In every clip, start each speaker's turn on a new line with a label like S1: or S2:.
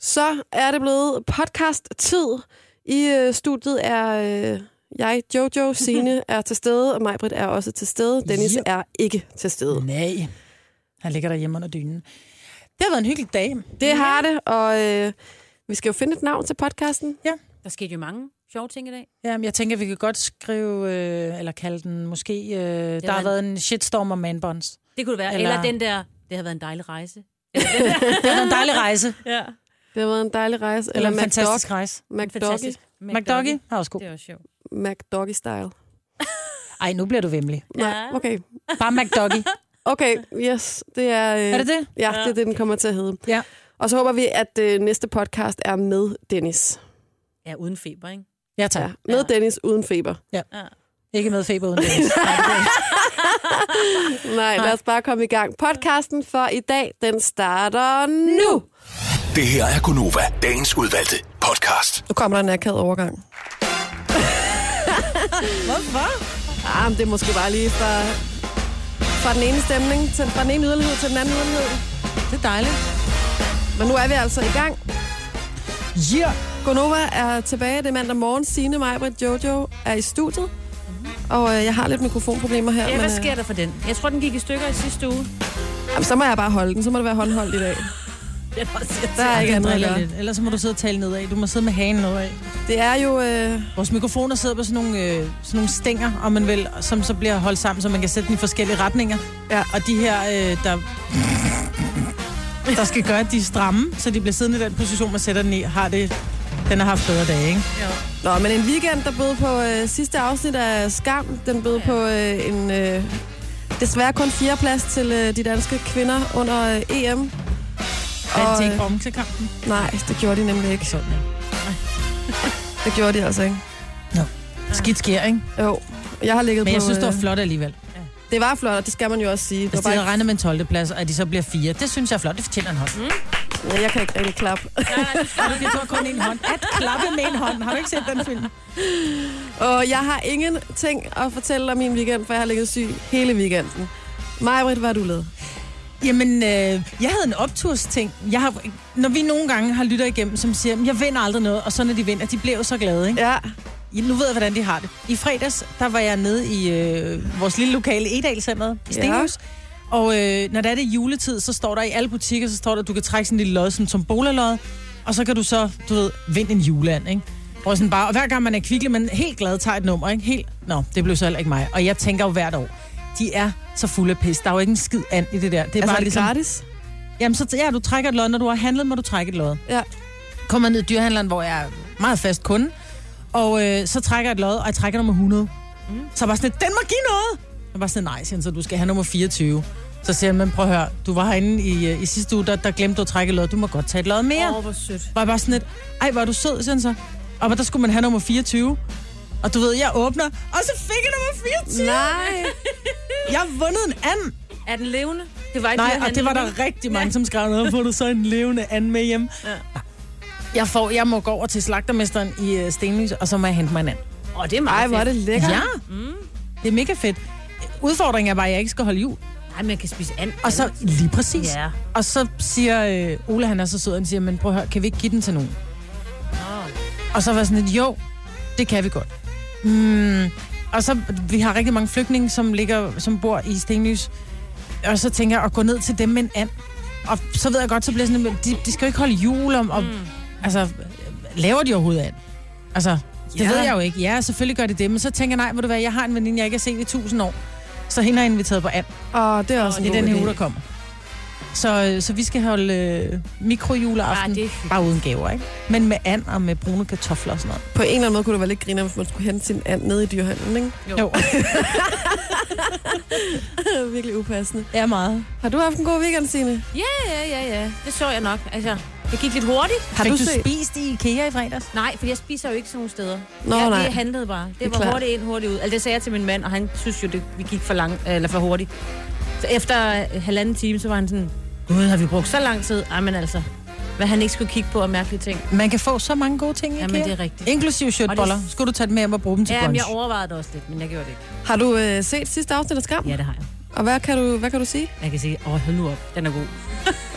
S1: Så er det blevet podcast-tid. I øh, studiet er øh, jeg, Jojo, Sine er til stede, og Majbrit er også til stede. Dennis
S2: Ja.
S1: er ikke til stede.
S2: Nej, han ligger derhjemme under dynen. Det har været en hyggelig dag.
S1: Det har det, og øh, vi skal jo finde et navn til podcasten.
S3: Der skete jo mange sjove ting i dag.
S2: Jamen, jeg tænker, vi kan godt skrive, øh, eller kalde den måske, øh, der
S3: var
S2: har
S3: en-
S2: været en shitstorm om manbonds.
S3: Det kunne det være.
S2: Eller-
S3: Eller, Eller den der, det har været en dejlig rejse.
S2: Det har været en dejlig rejse.
S3: Ja.
S1: Det har været en dejlig rejse.
S2: Eller
S1: Eller,
S2: en
S1: McDog,
S2: fantastisk rejse.
S1: McDoggy.
S3: Fantastisk.
S2: McDoggy har også god.
S3: Det er også sjovt.
S1: McDoggy-style.
S2: Ej, nu bliver du vemmelig.
S1: Nej,
S3: Ja.
S1: okay.
S2: Bare McDoggy.
S1: Okay, yes. Det er, øh,
S2: Er det det?
S1: Ja, det er det, den kommer til at hedde.
S2: Ja.
S1: Og så håber vi, at øh, næste podcast er med Dennis.
S3: Ja, uden feber, ikke?
S2: Ja, tak.
S1: Med
S3: Ja.
S1: Dennis uden feber.
S3: Ja.
S2: Ikke med feber uden det.
S1: Nej, lad os bare komme i gang. Podcasten for i dag, den starter nu.
S4: Det her er Gunova, dagens udvalgte podcast.
S1: Nu kommer der en akavet overgang.
S2: Hvorfor?
S1: Ah, men det er måske bare lige fra, fra den ene stemning, til, fra den ene yderlighed til den anden yderlighed.
S2: Det er dejligt.
S1: Men nu er vi altså i gang.
S2: Ja. Yeah.
S1: Gonova er tilbage. Det er mandag morgen. Signe, Majbrit, Jojo er i studiet. Og øh, jeg har lidt mikrofonproblemer her.
S3: ja,
S1: men,
S3: hvad
S1: øh,
S3: sker der for den? Jeg tror, den gik i stykker i sidste uge.
S1: jamen, så må jeg bare holde den. Så må det være håndholdt i dag.
S3: Den var også
S1: Der er ikke andet at gøre.
S2: Lidt. Ellers så må du sidde og tale nedad. Du må sidde med hagen nedad.
S1: Det er jo... Øh,
S2: Vores mikrofoner sidder på sådan nogle, øh, sådan nogle stænger, om man vil, som så bliver holdt sammen, så man kan sætte den i forskellige retninger.
S1: Ja.
S2: Og de her, øh, der, der skal gøre, at de er stramme, så de bliver siddende i den position, man sætter den i, har det, den har haft bedre dage, ikke?
S1: Nå, men en weekend, der bød på øh, sidste afsnit af Skam, den bød ja. på øh, en øh, desværre kun fjerdeplads til øh, de danske kvinder under øh, EM.
S2: Fandt
S1: øh,
S2: de ikke bronzekampen?
S1: nej, det gjorde de nemlig ikke.
S2: Sådan, ja.
S1: Det gjorde de altså ikke.
S2: Skidt sker, ikke?
S1: Jo, jeg har ligget
S2: Men
S1: på...
S2: jeg synes, det var
S1: øh,
S2: flot alligevel. Altså,
S1: det var flot, og det skal man jo også sige. Det var
S2: Hvis de havde
S1: bare,
S2: regnet med en 12. plads, og at de så bliver fire, det synes jeg er flot. Det fortjener en hånd. Mm.
S1: ja, jeg kan ikke rigtig klappe.
S2: Det tog kun en hånd. At klappe med en hånd. Har du ikke set den film?
S1: Og jeg har ingenting at fortælle om min weekend, for jeg har ligget syg hele weekenden. Majbrit, hvad har du lavet?
S2: Jamen, øh, jeg havde en optursting. Jeg har, når vi nogle gange har lytter igennem, som siger, "Men jeg vinder aldrig noget, og så når de vinder, de blev så glade, ikke?
S1: Ja,
S2: Ja. Nu ved jeg, hvordan de har det. I fredags, der var jeg nede i øh, vores lille lokale Edalcenteret i
S1: Ja.
S2: Stenhus. Ja. Og øh, når det er det juletid, så står der i alle butikker, så står der, at du kan trække sådan en lille lod, sådan som bolalod, og så kan du så, du ved, vinde en juleand, ikke? Og, sådan bare, og hver gang man er kvikle, man helt glad tager et nummer, ikke? Helt, nå, det blev så heller ikke mig. Og jeg tænker jo hvert år, de er så fulde af pis. Der er jo ikke en skid and i det der. Det er
S1: altså
S2: bare
S1: er det
S2: ligesom,
S1: gratis?
S2: Jamen, så ja, du trækker et lod. Når du har handlet, må du trække et lod.
S1: Ja.
S2: Kommer ned i dyrehandleren, hvor jeg er meget fast kunde, og øh, så trækker jeg et lod, og jeg trækker nummer 100. Mm. Så er jeg bare sådan, lidt, den må give noget! Jeg var sådan, lidt, nej, siger han, så du skal have nummer 24. Så siger han, men prøv at høre, du var herinde i, øh, i sidste uge, der, der glemte du at trække et lod, du må godt tage et lod mere.
S3: Åh, hvor sødt.
S2: Var jeg bare sådan lidt, ej, hvor er du sød, siger han så. Og der skulle man have nummer 24. Og du ved, jeg åbner, og så fik jeg nummer 24.
S1: Nej.
S2: Jeg har vundet en and.
S3: Er den levende? Det var ikke
S2: Nej,
S3: mere,
S2: og
S3: han
S2: det var
S3: levende.
S2: der rigtig mange, som skrev noget. Får du så en levende and med hjem? Ja. Jeg, får, jeg må gå over til slagtermesteren i øh, Stenlys, og så må jeg hente mig en and.
S3: Åh, det er meget
S1: Ej, hvor er
S3: fedt.
S1: det lækkert.
S2: Ja, mm. det er mega fedt. Udfordringen er bare, at jeg ikke skal holde jul.
S3: Nej, man kan spise and.
S2: Og så, lige præcis.
S3: Ja.
S2: Og så siger øh, Ole, han er så sød, han siger, men prøv at høre, kan vi ikke give den til nogen? Og så var jeg sådan lidt, jo, det kan vi godt. Mm. Og så, vi har rigtig mange flygtninge, som, ligger, som bor i Stenlys. Og så tænker jeg at gå ned til dem med en and. Og så ved jeg godt, så bliver jeg sådan, lidt, de, de skal jo ikke holde jul om, og, mm. altså, laver de overhovedet and? Altså, det
S1: Ja.
S2: ved jeg jo ikke. Ja, selvfølgelig gør de det, men så tænker jeg, nej, må du være, jeg har en veninde, jeg ikke har set i tusind år. Så hende har jeg inviteret på and.
S1: Og det er også
S2: Det er
S1: en
S2: den
S1: god
S2: her
S1: idé.
S2: uge, der kommer. Så, øh, så vi skal holde øh, mikrojuleaften.
S3: Ah, det er hyggeligt.
S2: bare uden gaver, ikke? Men med and og med brune kartofler og sådan noget.
S1: På en eller anden måde kunne det være lidt griner, hvis man skulle hente sin and nede i dyrehandlen, ikke?
S3: Jo.
S2: Jo,
S1: Det er virkelig upassende.
S2: er meget.
S1: Har du haft en god weekend, Signe?
S3: Ja, ja, ja, ja. Det så jeg nok. Altså, det gik lidt hurtigt.
S1: Har
S2: Fik
S1: du
S2: du,
S1: set-
S2: spist i IKEA i fredags?
S3: Nej, for jeg spiser jo ikke sådan nogle steder.
S1: Nå,
S3: jeg,
S1: nej.
S3: Jeg handlede bare. Det,
S1: er
S3: var
S1: klart.
S3: hurtigt ind, hurtigt ud. Altså, det sagde jeg til min mand, og han synes jo, det, vi gik for, lang, eller for hurtigt. Så efter øh, halvanden time, så var han sådan, Gud, har vi brugt så lang tid? Ej, men altså, hvad han ikke skulle kigge på og mærkelige ting.
S2: Man kan få så mange gode ting i IKEA.
S3: Jamen, det er rigtigt.
S2: Inklusive shirtboller.
S3: Og det-
S2: Skulle du tage dem med hjem og bruge dem til
S3: Ja, men
S2: brunch?
S3: jeg overvejede det også lidt, men jeg gjorde det ikke.
S1: Har du øh, set sidste afsnit af Skam?
S3: Ja, det har jeg.
S1: Og hvad kan du, hvad kan du sige?
S3: Jeg kan sige, åh, hold nu op, den er god.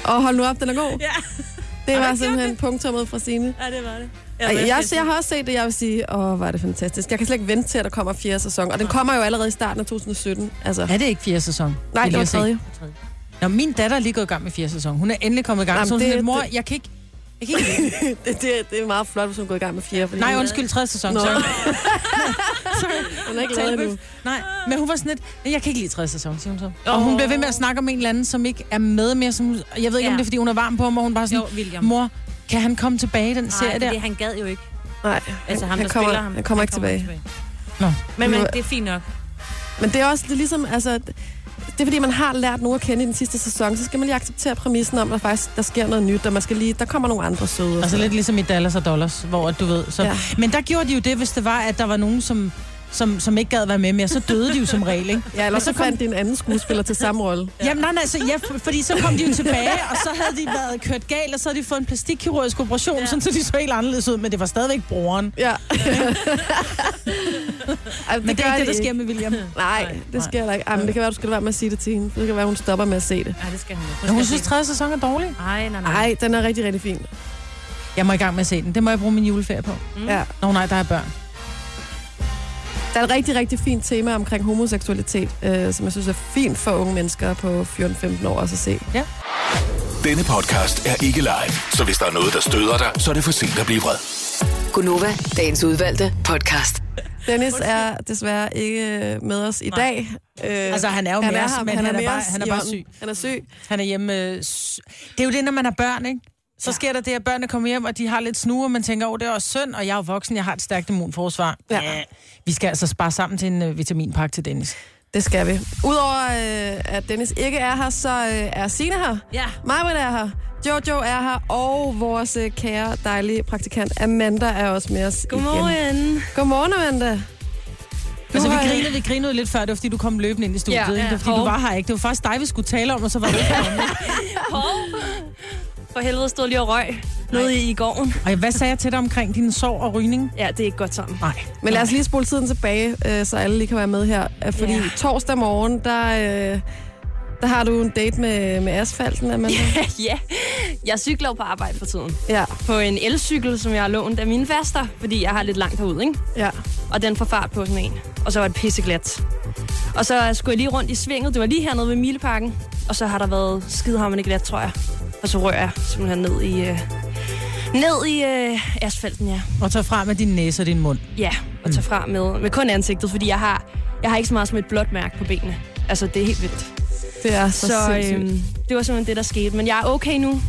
S1: Og hold nu op, den er god.
S3: Ja.
S1: Det
S3: Har
S1: var
S3: du
S1: simpelthen punktummet fra Signe.
S3: Ja, det var det.
S1: Jeg, jeg, jeg har også set det, jeg vil sige, åh, hvor er det fantastisk. Jeg kan slet ikke vente til, at der kommer fjerde sæson, og den kommer jo allerede i starten af 2017. Altså,
S2: Er det ikke fjerde sæson?
S1: nej, det var
S2: jeg se.
S1: tredje.
S2: Nå, min datter er lige gået i gang med fjerde sæson. Hun er endelig kommet i gang.
S1: Jamen,
S2: så hun det,
S1: det-
S2: lidt, mor, jeg kan ikke... Jeg kan ikke
S1: Det, det, det, er meget flot, hvis hun er gået i gang med fjerde. Fordi
S2: nej,
S1: hun-
S2: undskyld, tredje sæson.
S1: Nå.
S2: Sorry.
S1: Hun er ikke lavet endnu.
S2: Nej, men hun var sådan lidt, "Nej, jeg kan ikke lide tredje sæson, siger hun så. Og hun bliver ved med at snakke om en eller anden, som ikke er med mere. Som, hun- jeg ved ikke, ja. om
S3: Ja.
S2: det er, fordi hun er varm på ham, og hun bare sådan,
S3: Jo, William.
S2: mor, kan han komme tilbage i den
S3: Nej,
S2: serie der?
S3: det, han gad jo ikke.
S1: Nej,
S3: Altså ham,
S1: han
S3: der
S1: kommer,
S3: spiller ham.
S1: Han kommer ikke tilbage.
S2: Nå.
S3: Men, men
S1: Nu-
S3: det er fint nok.
S1: Men det er også det er ligesom, altså, det er fordi, man har lært nogen at kende i den sidste sæson, så skal man lige acceptere præmissen om, at der faktisk der sker noget nyt, og man skal lige, der kommer nogle andre søde.
S2: Altså lidt ligesom i Dallas og Dollars, hvor at du ved. Så. Ja.
S1: Ja.
S2: Men der gjorde de jo det, hvis det var, at der var nogen, som, som, som ikke gad være med mere. Så døde de jo som regel, ikke?
S1: Ja, eller
S2: Men
S1: så,
S2: så Altså, kom-
S1: fandt de en anden skuespiller til samme rolle.
S2: Ja. Jamen nej, nej, så, ja, for- fordi så kom de jo tilbage, og så havde de været kørt galt, og så havde de fået en plastikkirurgisk operation, ja.
S3: Ja.
S2: sådan, så de så helt anderledes ud, men det var stadigvæk broren.
S1: Ja. Ej,
S2: Men det, det er
S1: gør
S2: ikke det,
S1: de
S2: der sker med William.
S1: Nej, det sker der ikke. Ej, men det kan være, du skal lade være med at se det til hende. Det kan være, hun stopper med at se det.
S3: Nej, det skal han ikke.
S2: Men hun
S3: skal
S2: synes,
S3: se
S2: tredje sæson er dårlig.
S3: den. Ej,
S2: Mm.
S3: nej, nej.
S1: Nej, den er rigtig, rigtig fin.
S2: Jeg må i gang med at se den. Det må jeg bruge min juleferie på.
S3: Mm.
S1: Ja.
S2: Nå nej, der er børn.
S1: Der er et rigtig, rigtig fint tema omkring homoseksualitet, øh, som jeg synes er fint for unge mennesker på 14-15 år også at se.
S4: Denne podcast er ikke live, så hvis der er noget, der støder dig, så er det for sent at blive vred.
S5: Gunova, dagens udvalgte podcast.
S1: Dennis er desværre ikke med os i dag. Øh,
S2: Altså, han er jo med os,
S1: her,
S2: men han er
S1: med
S2: bare-
S1: os
S2: han er
S1: i
S2: bare
S1: ånden.
S2: syg.
S1: Han er syg.
S2: Han er hjemme... øh, s- Det er jo det, når man har børn, ikke? Så sker der det, at børnene kommer hjem, og de har lidt snue, og man tænker, åh, oh, det er også synd, og jeg er jo voksen, jeg har et stærkt immunforsvar.
S1: Ja.
S2: Vi skal altså spare sammen til en øh, vitaminpakke til Dennis.
S1: Det skal vi. Udover øh, at Dennis ikke er her, så øh, er Sina her.
S3: Ja.
S1: Marvind er her. Jojo er her. Og vores øh, kære, dejlige praktikant Amanda er også med os igen.
S3: Godmorgen.
S1: Godmorgen, Amanda.
S2: Du altså, vi
S1: har-
S2: grinede, vi grinede lidt før, det var, fordi du kom løbende ind i studiet.
S3: Ja,
S2: Ja, ja. Det var,
S3: ja.
S2: fordi du
S6: Hov.
S2: var her, ikke? Det var faktisk dig, vi skulle tale om, og så var du ikke kommet.
S6: For helvede stod lige og røg nede i, i gården.
S2: Og hvad sagde jeg til dig omkring din sorg og rygning?
S6: Ja, det er ikke godt sådan.
S2: Nej.
S1: Men lad os lige spole tiden tilbage, øh, så alle lige kan være med her. Øh, Fordi
S6: Ja.
S1: torsdag morgen, der, øh, der har du en date med, med asfalten, Amanda.
S6: ja, jeg cykler jo på arbejde for tiden.
S1: Ja,
S6: På en elcykel, som jeg har lånt af mine faster, fordi jeg har lidt langt herud, ikke?
S1: ja.
S6: Og den får fart på sådan en. Og så var det pisseglat. Og så skulle jeg lige rundt i svinget. Det var lige hernede ved Mileparken. Og så har der været skidehammerende glat, tror jeg. Og så rører jeg simpelthen ned i... Øh, ned i øh, asfalten, ja.
S2: Og tage frem med din næse og din mund.
S6: Ja, og tager fra med, med kun ansigtet, fordi jeg har, jeg har ikke så meget som et blåt mærke på benene. Altså, det er helt vildt.
S1: Det er så,
S6: Så
S1: sindssygt.
S6: øhm, det var simpelthen det, der skete. Men jeg er okay nu.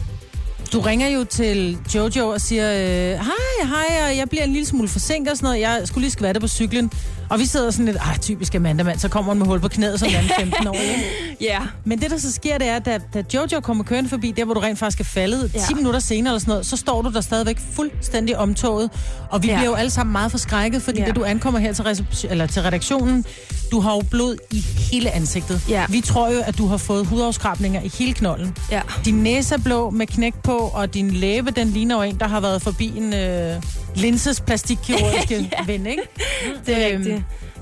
S2: Du ringer jo til Jojo og siger, øh, hej, hej, og jeg bliver en lille smule forsinket og sådan noget. Jeg skulle lige skvatte på cyklen. Og vi sidder sådan lidt, ej, typisk Amanda, mand. Så kommer hun med hul på knæet som en anden 15 år. ikke?
S6: Ja. Yeah.
S2: Men det, der så sker, det er, at da, da Jojo kommer kørende forbi, der hvor du rent faktisk er faldet, ja.
S6: Ja.
S2: 10 minutter senere eller sådan noget, så står du der stadigvæk fuldstændig omtoget. Og vi ja.
S6: Ja.
S2: bliver jo alle sammen meget forskrækket, fordi ja.
S6: Ja.
S2: da du ankommer her til, recep- eller til redaktionen, du har jo blod i hele ansigtet.
S6: Ja.
S2: Vi tror jo, at du har fået hudafskrabninger i hele knolden.
S6: Ja.
S2: Din næse er blå med knæk på, og din læbe, den ligner jo en, der har været forbi en øh, linses plastikkirurgiske ja. ven, ikke?
S6: Det er rigtigt.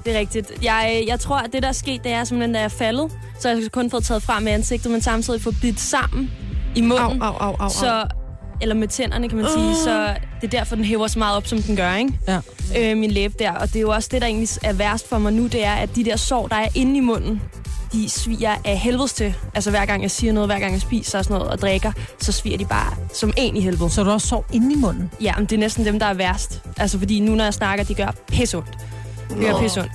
S6: Det er rigtigt. Jeg, jeg tror, at det, der er sket, det er simpelthen, da jeg er faldet, så har jeg kun fået taget frem med ansigtet, men samtidig fået bidt sammen i
S1: Au,
S6: munden.
S1: au, au, au, Uh. au.
S6: Så, eller med tænderne, kan man sige. Så det er derfor, den hæver så meget op, som den gør, ikke?
S2: Ja.
S1: Mm.
S6: Øh, min læbe der. Og det er jo også det, der egentlig er værst for mig nu, det er, at de der sår, der er inde i munden, de sviger af helvedes til. Altså hver gang jeg siger noget, hver gang jeg spiser og sådan noget og drikker, så sviger de bare som en i helvede.
S2: Så du også sov inde i munden.
S6: Ja, men det er næsten dem, der er værst. Altså, fordi nu, når jeg snakker, de gør pisseondt. De gør pisseondt.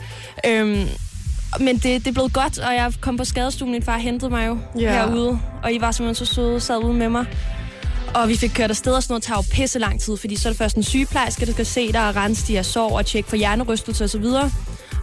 S6: Øhm, men det, det er blevet godt, og jeg kom på skadestuen. Min far hentede mig jo
S1: Ja.
S6: yeah. herude, og I var simpelthen så søde sad ude med mig. Og vi fik kørt afsted, og sådan noget tager jo pisse lang tid, fordi så er det først en sygeplejerske, der skal se dig og rense de her sår og tjekke for hjernerystelse osv.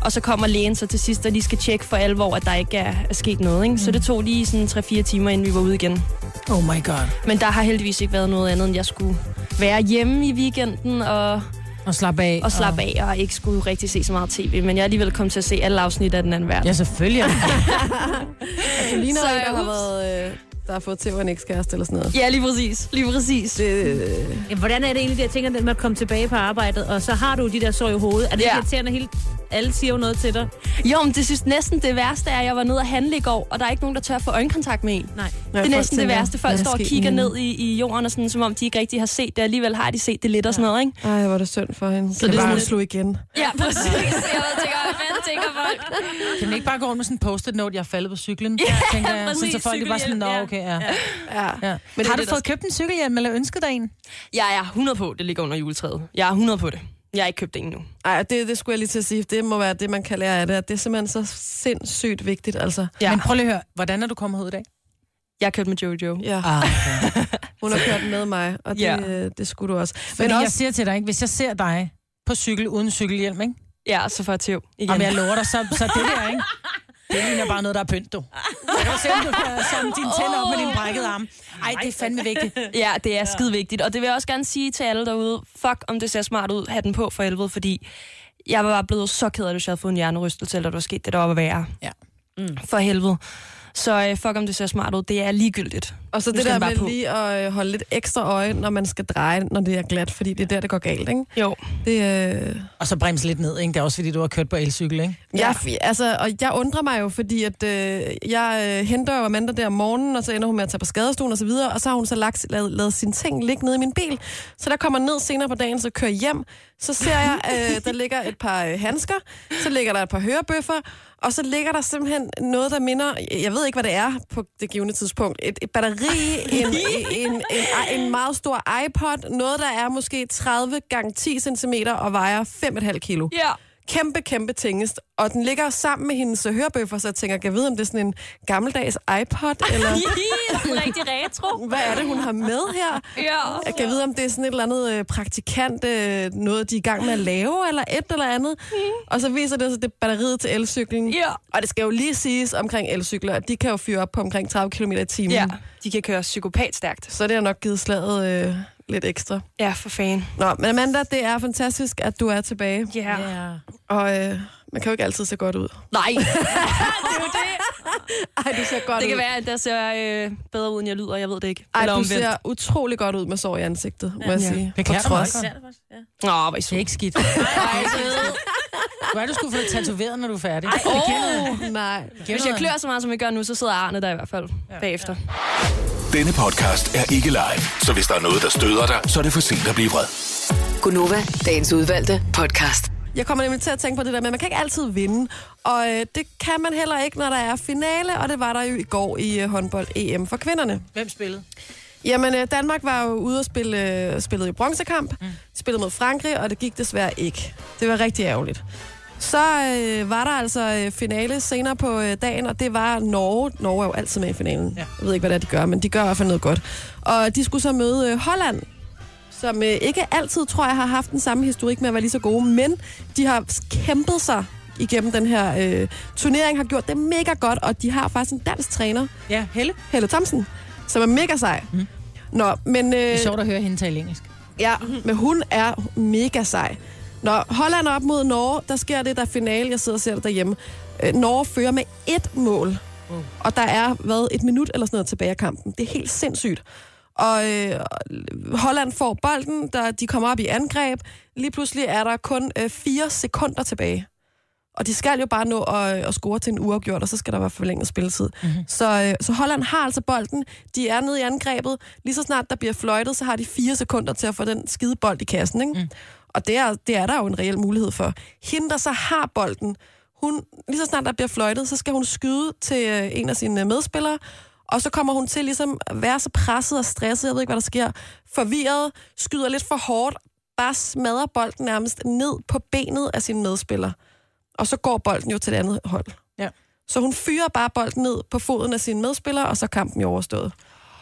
S6: Og så kommer lægen så til sidst, og de skal tjekke for alvor, at der ikke er, er sket noget. Ikke? Så det tog lige sådan 3-4 timer, inden vi var ude igen.
S2: Oh my god.
S6: Men der har heldigvis ikke været noget andet, end jeg skulle være hjemme i weekenden og,
S2: Og slap af.
S6: og slappe af, og ikke skulle rigtig se så meget tv. Men jeg er alligevel kommet til at se alle afsnit af den anden verden.
S2: Ja, selvfølgelig.
S1: Du ligner
S6: Så,
S1: en, der har
S6: ups.
S1: været... Øh, der har fået til en ekskæreste eller sådan noget.
S6: Ja, lige præcis. Lige præcis.
S1: Det,
S3: Jamen, hvordan er det egentlig, at jeg tænker, at man kommer tilbage på arbejdet, og så har du de der sår i hovedet? Er det
S6: Ja.
S3: irriterende hele Alle siger jo noget til dig.
S6: Jo, men det synes næsten det værste er, at jeg var nede og handle i går, og der er ikke nogen, der tør at få øjenkontakt med en.
S3: Nej.
S6: Det er
S1: folk
S6: næsten det
S1: tænker,
S6: værste. Folk
S1: "Hvad
S6: står og
S1: sker
S6: kigger
S1: nu?"
S6: ned i, i jorden, og sådan, som om de ikke rigtig har set det. Alligevel har de set det lidt og sådan noget, ikke?
S1: Ej, hvor er det synd for hende. Så
S2: det
S1: det bare
S2: er sådan
S1: hun
S2: lidt-
S1: slog igen.
S6: Ja, præcis. Jeg tænker, hvad fanden tænker folk?
S2: Kan man ikke bare gå rundt med sådan en post-it note, jeg er faldet på cyklen? Ja, tænker jeg. Sådan, så
S3: præcis,
S2: folk er bare sådan, nå,
S3: cykelhjelm, ja.
S2: okay, ja. ja.
S1: Ja.
S2: ja.
S1: Men
S2: Men
S1: det er
S2: har du
S1: det, der
S2: fået købt en cykelhjelm, eller ønsket dig en?
S6: Jeg er 100 på, det ligger under juletræet. Jeg er 100 på det. Jeg har ikke købt det endnu.
S1: Ej, og det, det skulle jeg lige til at sige. Det må være det, man kan lære af det. at Det er simpelthen så sindssygt vigtigt, altså.
S2: Ja. Men prøv lige at høre, hvordan er du kommet ud i dag?
S6: Jeg har købt med Jojo.
S1: Ja,
S2: Ah, okay.
S1: hun har kørt med mig, og det,
S6: Ja.
S1: ja. det skulle du også. Men
S2: Men jeg
S1: også,
S2: siger til dig, ikke? hvis jeg ser dig på cykel uden cykelhjelm, ikke?
S6: Ja, så får jeg tæv igen.
S2: Jamen, jeg lover dig, så, så det der, ikke? Det ligner bare noget, der er pynt, du. Så kan du se, om du kan samle dine tænder op med din brækkede arm. Ej, det er fandme vigtigt.
S6: Ja, det er skide vigtigt. Og det vil jeg også gerne sige til alle derude. Fuck, om det ser smart ud. Ha' den på for helvede, fordi jeg var bare blevet så ked af, hvis jeg havde fået en hjernerystelse, eller der var sket det, der var værre.
S2: Ja.
S6: Mm. For helvede. Så øh, fuck, om det ser smart ud. Det er ligegyldigt.
S1: og så
S6: Nu
S1: det
S6: skal
S1: der
S6: den bare
S1: med
S6: på.
S1: lige at øh, holde lidt ekstra øje, når man skal dreje, når det er glat, fordi det er der, det går galt, ikke?
S6: Jo.
S1: Det, øh...
S2: Og så bremse lidt ned, ikke? Det er også fordi, du har kørt på elcykel, ikke?
S1: Jeg, altså, og jeg undrer mig jo, fordi at, øh, jeg øh, henter jo Amanda der om morgenen, og så ender hun med at tage på skadestuen og så videre, og så har hun så lagt, lavet, lavet sine ting ligge nede i min bil. Så der kommer ned senere på dagen, så kører jeg hjem, så ser jeg, øh, der ligger et par øh, handsker, så ligger der et par hørebøffer, og så ligger der simpelthen noget, der minder, jeg ved ikke, hvad det er på det givende tidspunkt, et, et batteri, en, en, en, en, en meget stor iPod, noget, der er måske 30 gange 10 cm og vejer 5,5 kilo
S6: Ja.
S1: kæmpe, kæmpe tingest. Og den ligger sammen med hendes øh, hørebøffer, så jeg tænker, kan jeg vide, om det er sådan en gammeldags iPod, eller
S6: rigtig retro.
S1: hvad er det, hun har med her?
S6: Ja.
S1: Jeg kan vide, om det er sådan et eller andet øh, praktikant, øh, noget de er i gang med at lave, eller et eller andet. Og så viser det sig, det er batteriet til elcyklen.
S6: Mm. Ja.
S1: Og det skal jo lige siges omkring elcykler, at de kan jo fyre op på omkring 30 km i timen.
S6: Ja, de kan køre psykopatstærkt.
S1: Så det har nok givet slaget øh, lidt ekstra.
S6: Ja, for fanden.
S1: Nå, men Amanda, det er fantastisk, at du er tilbage.
S6: Ja. Yeah.
S1: Og øh, man kan jo ikke altid se godt ud.
S6: Nej,
S1: Ej, du ser godt
S6: det
S1: ud.
S6: kan være, at der ser øh, bedre ud, end jeg lyder. Jeg ved det ikke.
S1: Ej, du ser utrolig godt ud med sår i ansigtet, må jeg
S2: Ja.
S1: sige.
S2: Det klæder
S1: På
S2: dig meget
S1: trods.
S2: godt.
S3: Ja, det var ja.
S6: Nå, hvor I
S2: Det er
S6: søde.
S2: ikke skidt.
S6: Ej, søde.
S2: Hvor er det, du skulle få det tatoveret, når du er færdig?
S1: Åh, nej.
S6: Hvis jeg klør så meget, som jeg gør nu, så sidder Arne der i hvert fald ja. bagefter.
S4: Denne podcast er ikke live, så hvis der er noget, der støder dig, så er det for sent at blive vred.
S5: Gunova, dagens udvalgte podcast.
S1: Jeg kommer nemlig til at tænke på det der med, at man kan ikke altid vinde. Og øh, det kan man heller ikke, når der er finale, og det var der jo i går i øh, håndbold-EM for kvinderne.
S2: Hvem spillede?
S1: Jamen, øh, Danmark var jo ude og spille, øh, spillede i bronzekamp, mm. spillede mod Frankrig, og det gik desværre ikke. Det var rigtig ærgerligt. Så øh, var der altså øh, finale senere på øh, dagen, og det var Norge. Norge er jo altid med i finalen.
S2: Ja.
S1: Ja. Jeg ved ikke, hvad det er, de gør, men de gør i hvert fald noget godt. Og de skulle så møde øh, Holland, som øh, ikke altid, tror jeg, har haft den samme historik med at være lige så gode, men de har kæmpet sig igennem den her øh, turnering, har gjort det mega godt, og de har faktisk en dansk træner,
S2: Ja, Helle.
S1: Helle Thomsen, som er mega sej. Mm. Nå, men... Øh,
S2: Det er sjovt Mm-hmm. at høre hende tale engelsk.
S1: Ja, men hun er mega sej. Når Holland er op mod Norge, der sker det, der er finale. Jeg sidder og ser det derhjemme. Øh, Norge fører med ét mål.
S2: Wow.
S1: Og der er, hvad, et minut eller sådan noget tilbage af kampen. Det er helt sindssygt. Og øh, Holland får bolden, der, de kommer op i angreb. Lige pludselig er der kun øh, fire sekunder tilbage. Og de skal jo bare nå at, at score til en uafgjort, og så skal der være forlænget spilletid. Mm-hmm. Så, øh, så Holland har altså bolden. De er nede i angrebet. Lige så snart der bliver fløjtet, så har de fire sekunder til at få den skide bold i kassen. Ikke? Mm. Og det er, det er der jo en reel mulighed for. Hende, der så har bolden, hun, lige så snart der bliver fløjtet, så skal hun skyde til øh, en af sine øh, medspillere, og så kommer hun til ligesom at være så presset og stresset, jeg ved ikke, hvad der sker, forvirret, skyder lidt for hårdt, bare smadrer bolden nærmest ned på benet af sin medspiller og så går bolden jo til det andet hold.
S2: Ja.
S1: Så hun fyrer bare bolden ned på foden af sine medspillere, og så er kampen jo overstået.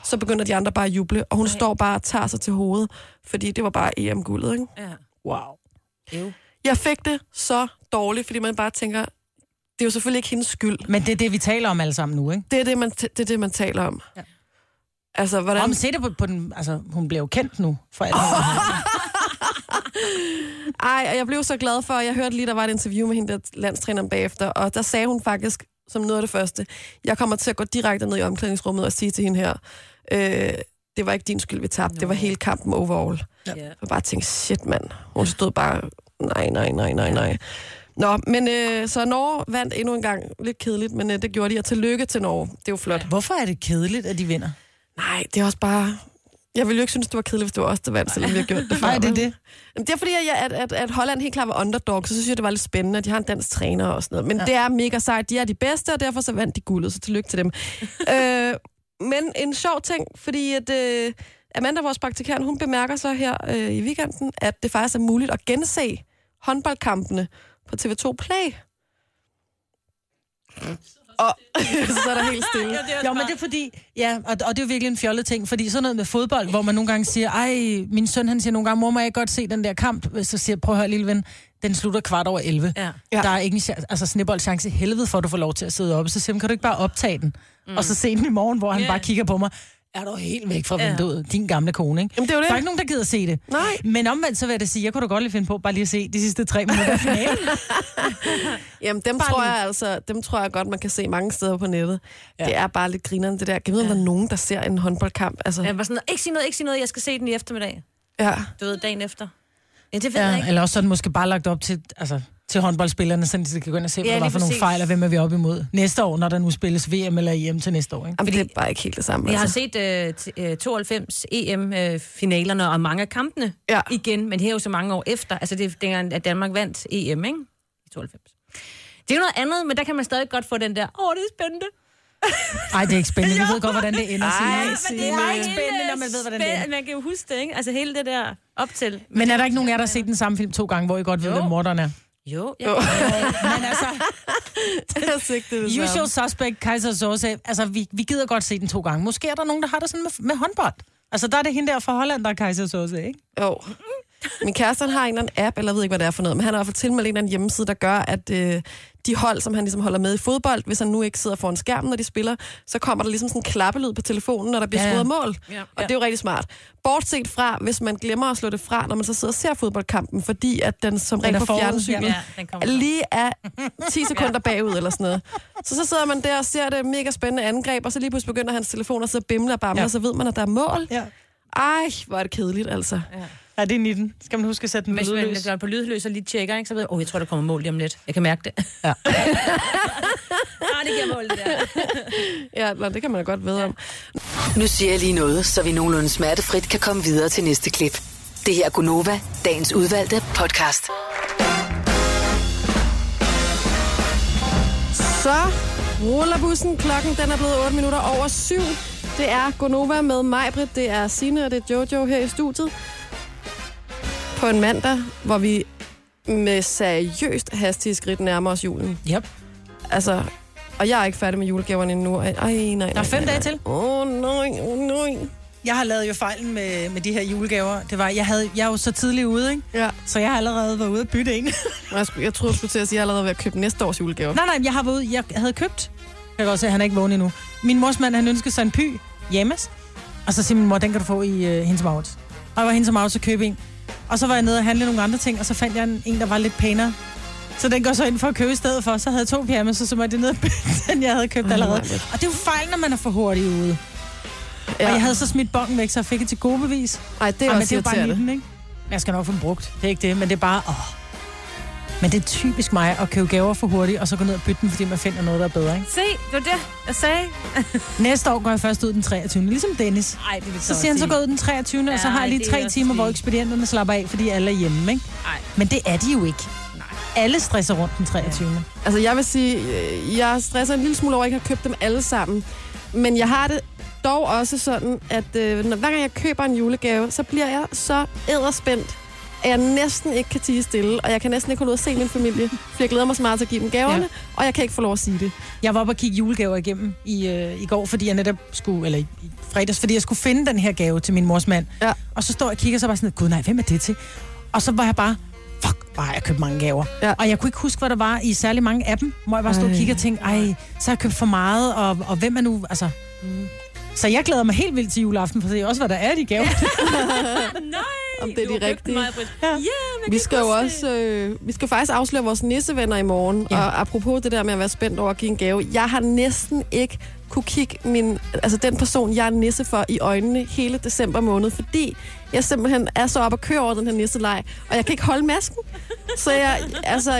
S1: Så begynder de andre bare at juble, og hun står bare og tager sig til hovedet, fordi det var bare EM-guldet, ikke?
S3: ja.
S2: Wow.
S1: Jeg fik det så dårligt, fordi man bare tænker, det er jo selvfølgelig ikke hendes skyld.
S2: Men det er det, vi taler om alle sammen nu, ikke?
S1: Det er det, man, t- det, er det, man taler om.
S2: Ja.
S1: Altså, hvordan...
S2: Om se det på, på den... Altså, hun bliver jo kendt nu for alle.
S1: Ej, og jeg blev så glad for, at jeg hørte lige, der var et interview med hende der landstræneren bagefter, og der sagde hun faktisk, som noget af det første, jeg kommer til at gå direkte ned i omklædningsrummet og sige til hende her, øh, det var ikke din skyld, vi tabte, det var hele kampen overall.
S3: ja.
S1: Jeg bare tænkte, shit mand, hun stod bare, nej, nej, nej, nej, nej. Nå, men øh, så Norge vandt endnu en gang. Lidt kedeligt, men øh, det gjorde de, og tillykke til Norge. Det er jo flot.
S2: Hvorfor er det kedeligt, at de vinder?
S1: Nej, det er også bare... Jeg ville jo ikke synes, det var kedeligt, hvis det var os, der vandt, selvom vi har gjort det før.
S2: Nej, det er
S1: vel?
S2: det.
S1: Jamen, det er fordi, at, jeg, at, at, at Holland helt klart var underdog, så synes jeg, det var lidt spændende, at de har en dansk træner og sådan noget. Men ja. det er mega sejt. De er de bedste, og derfor så vandt de guldet, så tillykke til dem. øh, men en sjov ting, fordi at, øh, Amanda, vores praktikant, hun bemærker så her øh, i weekenden, at det faktisk er muligt at gense håndboldkampene på TV2 Play. Og så er der helt stille.
S2: Jo, men det er fordi, ja, og, og det er jo virkelig en fjollet ting, fordi sådan noget med fodbold, hvor man nogle gange siger, ej, min søn han siger nogle gange, mor må jeg ikke godt se den der kamp, øh, så siger jeg, prøv at høre, lille ven, den slutter kvart over 11.
S3: Ja.
S2: Der er ikke en chance, altså snibbold chance i helvede for, at du får lov til at sidde oppe, så siger han, kan du ikke bare optage den, mm. og så se den i morgen, hvor han
S3: Ja.
S2: bare kigger på mig, er du helt væk fra
S3: Ja.
S2: vinduet, din gamle kone, ikke?
S1: Jamen, det er jo det.
S2: Der er ikke nogen, der gider se det.
S1: Nej.
S2: Men omvendt, så vil jeg da sige, jeg kunne da godt lige finde på bare lige at se de sidste tre minutter af finalen.
S1: Jamen, dem tror, jeg altså, dem tror jeg godt, man kan se mange steder på nettet. Ja. Det er bare lidt grineren, det der. Kan vide, om der er nogen, der ser en håndboldkamp? Altså, ja.
S3: Jeg var sådan, ikke sige noget, ikke sige noget, jeg skal se den i eftermiddag.
S1: ja.
S3: Du ved, dagen efter. Ja, det ved ja, jeg
S2: ja,
S3: ikke.
S2: eller også sådan måske bare lagt op til, altså, til håndboldspillerne, så de kan gå ind og se, hvad
S3: Ja,
S2: der var
S3: lige
S2: for nogle
S3: præcis.
S2: fejl, og hvem er vi op imod næste år, når der nu spilles VM eller EM til næste år. Ikke?
S1: Jamen, det er bare ikke helt det samme.
S3: Jeg har
S1: Altså.
S3: set øh, t- øh, 92 EM-finalerne øh, og mange af kampene
S1: Ja.
S3: ja. igen, men her er jo så mange år efter. Altså, det er dengang, at Danmark vandt EM, ikke? I 92. Det er jo noget andet, men der kan man stadig godt få den der, åh, det er spændende.
S2: Nej, det er ikke spændende. Vi ved godt, hvordan det ender. Signe.
S3: Man kan jo huske det, ikke? Altså, hele det der op til.
S2: Men er der ikke nogen af jer, der har set den samme film to gange, hvor I godt ved, hvem morderen er?
S3: Jo, jeg kan
S2: Men altså,
S1: Jeg har set det, det
S2: Usual Suspect, Kaiser Soze, altså vi, vi gider godt se den to gange. Måske er der nogen, der har det sådan med, med håndbold. Altså der er det hende der fra Holland, der er Kaiser Soze, ikke?
S1: Jo. Min kæreste han har en eller anden app, eller jeg ved ikke, hvad det er for noget, men han har i hvert fald tilmeldt en eller anden hjemmeside, der gør, at øh, de hold, som han ligesom holder med i fodbold, hvis han nu ikke sidder foran skærmen, når de spiller, så kommer der ligesom sådan en klappelyd på telefonen, når der bliver
S2: Ja.
S1: ja. scoret mål.
S3: Ja.
S1: Og det er jo rigtig smart. Bortset fra, hvis man glemmer at slå det fra, når man så sidder og ser fodboldkampen, fordi at den som
S2: Den er
S1: regel på
S2: forud,
S1: fjernsynet
S3: ja. Ja, den kommer.
S1: lige er 10 sekunder bagud eller sådan noget. Så så sidder man der og ser det mega spændende angreb, og så lige pludselig begynder hans telefon at sidde og bimle og bamle,
S2: Ja.
S1: ja. og så ved man, at der er mål.
S2: Ja.
S1: Ej, hvor er det kedeligt, altså.
S2: Ja, det er 19. Skal man huske at sætte den
S3: Hvis man
S2: lydløs?
S3: gør på lydløs og lige tjekker, ikke, så ved jeg, åh, oh, jeg tror, der kommer mål lige om lidt. Jeg kan mærke det.
S2: Ja.
S3: ah, det giver mål, det der.
S1: Ja, nå, det kan man da godt vide om.
S5: Nu siger jeg lige noget, så vi nogenlunde smertefrit kan komme videre til næste klip. Det her er Gunova, dagens udvalgte podcast.
S1: Så ruller bussen. Klokken den er blevet 8 minutter over 7. Det er Gonova med Majbrit, det er Sine og det er Jojo her i studiet. På en mandag, hvor vi med seriøst hastige skridt nærmer os julen.
S2: Yep.
S1: Altså, og jeg er ikke færdig med julegaverne endnu. Ej, nej, nej, nej.
S2: Der er fem dage til.
S1: Åh, oh, nej, åh, oh, nej.
S2: Jeg har lavet jo fejlen med, med de her julegaver. Det var, jeg, havde, jeg er jo så tidlig ude, ikke?
S1: Ja,
S2: Så jeg har allerede været ude at bytte en. nej,
S1: og jeg, skulle, jeg troede, du skulle til at sige, at jeg allerede er ved at købe næste års julegaver.
S2: nej, jeg har været ude. Jeg havde købt. Jeg kan godt se, at han er ikke vågen endnu. Min mors mand, han ønskede sig en py hjemmes. Og så siger min mor, den kan du få i øh, hendes maut. Og jeg var hendes maut, så købe en. Og så var jeg nede og handle nogle andre ting, og så fandt jeg en, en der var lidt pænere. Så den går så ind for at købe i stedet for. Så havde jeg to pyjamas, og så var det nede og bytte den, jeg havde købt allerede. Og det Mm, er jo fejl, når man er for hurtig ude. Ja. Og jeg havde så smidt bongen væk, så jeg fik det til gode bevis.
S1: Ej, det er
S2: Ej, men
S1: også
S2: det er jo bare
S1: irriterende.
S2: 19, ikke? Jeg skal nok få den brugt. Det er ikke det, men det er bare... Åh. Men det er typisk mig at købe gaver for hurtigt, og så gå ned og bytte dem, fordi man finder noget, der er bedre. Ikke?
S3: Se, det var det, jeg sagde.
S2: Næste år går jeg først ud den 23. Ligesom Dennis.
S3: Nej, det vil
S2: Så siger han, så går jeg ud den 23. Ja, og så har jeg
S3: Ej,
S2: lige
S3: det er
S2: tre
S3: også
S2: timer, hvor
S3: fint.
S2: ekspedienterne slapper af, fordi alle er hjemme. Ikke?
S3: Nej.
S2: Men det er de jo ikke. Alle stresser rundt den 23. Ja.
S1: Altså, jeg vil sige, øh, jeg stresser en lille smule over, at jeg ikke har købt dem alle sammen. Men jeg har det dog også sådan, at øh, når, hver gang jeg køber en julegave, så bliver jeg så æderspændt, at jeg næsten ikke kan tige stille, og jeg kan næsten ikke holde ud at se min familie, for jeg glæder mig så meget til at give dem gaverne,
S2: Ja.
S1: ja. og jeg kan ikke få lov at sige det.
S2: Jeg var oppe og kigge julegaver igennem i, øh, i går, fordi jeg netop skulle, eller i i fredags, fordi jeg skulle finde den her gave til min mors mand.
S1: Ja.
S2: Og så står jeg og kigger, så var jeg sådan, gud nej, hvem er det til? Og så var jeg bare, fuck, bare jeg købt mange gaver.
S1: Ja.
S2: Og jeg kunne ikke huske, hvad der var i særlig mange af dem, hvor jeg bare stod og
S1: Ej.
S2: kiggede og tænkte, ej, så har jeg købt for meget, og, og hvem er nu, altså... Mm. Så jeg glæder mig helt vildt til juleaften, for at se også, hvad der er i de gaver.
S3: Nej!
S1: om det er
S3: Du har
S1: de
S3: købt
S1: rigtige.
S3: mig, Britt. Ja, men jeg
S1: Vi
S3: kan
S1: skal jo
S3: ikke huske
S1: også, øh, vi skal faktisk afsløre vores nissevenner i morgen. Ja.
S2: Ja.
S1: Og apropos det der med at være spændt over at give en gave. Jeg har næsten ikke kunne kigge min, altså den person, jeg er nisse for, i øjnene hele december måned, fordi jeg simpelthen er så op at køre over den her nisseleg, og jeg kan ikke holde masken. Så jeg, altså,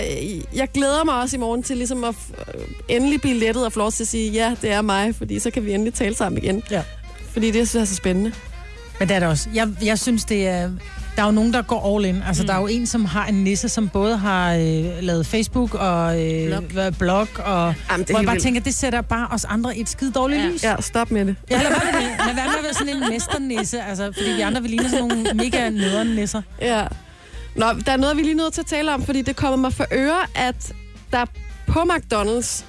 S1: jeg glæder mig også i morgen til ligesom at øh, endelig blive lettet og få lov til at sige, ja, det er mig, fordi så kan vi endelig tale sammen igen.
S2: Ja.
S1: Fordi det synes jeg er så spændende.
S2: Men det er det også. Jeg, jeg synes, det er... Der er jo nogen, der går all in. Altså, mm. der er jo en, som har en nisse, som både har øh, lavet Facebook og øh,
S3: Blog.
S2: blog. blog,
S1: Jamen,
S2: og
S1: det
S2: hvor
S1: er
S2: jeg
S1: helt
S2: bare
S1: vildt.
S2: tænker, det sætter bare os andre i et skide dårligt
S3: Ja.
S2: lys.
S1: Ja, stop med det.
S2: Ja, lad være med det. Lad være med at være sådan en mesternisse, altså, fordi vi andre vil ligne sådan nogle mega nederen nisser.
S1: Ja. Nå, der er noget, vi lige er nødt til at tale om, fordi det kommer mig for øre, at der på McDonald's,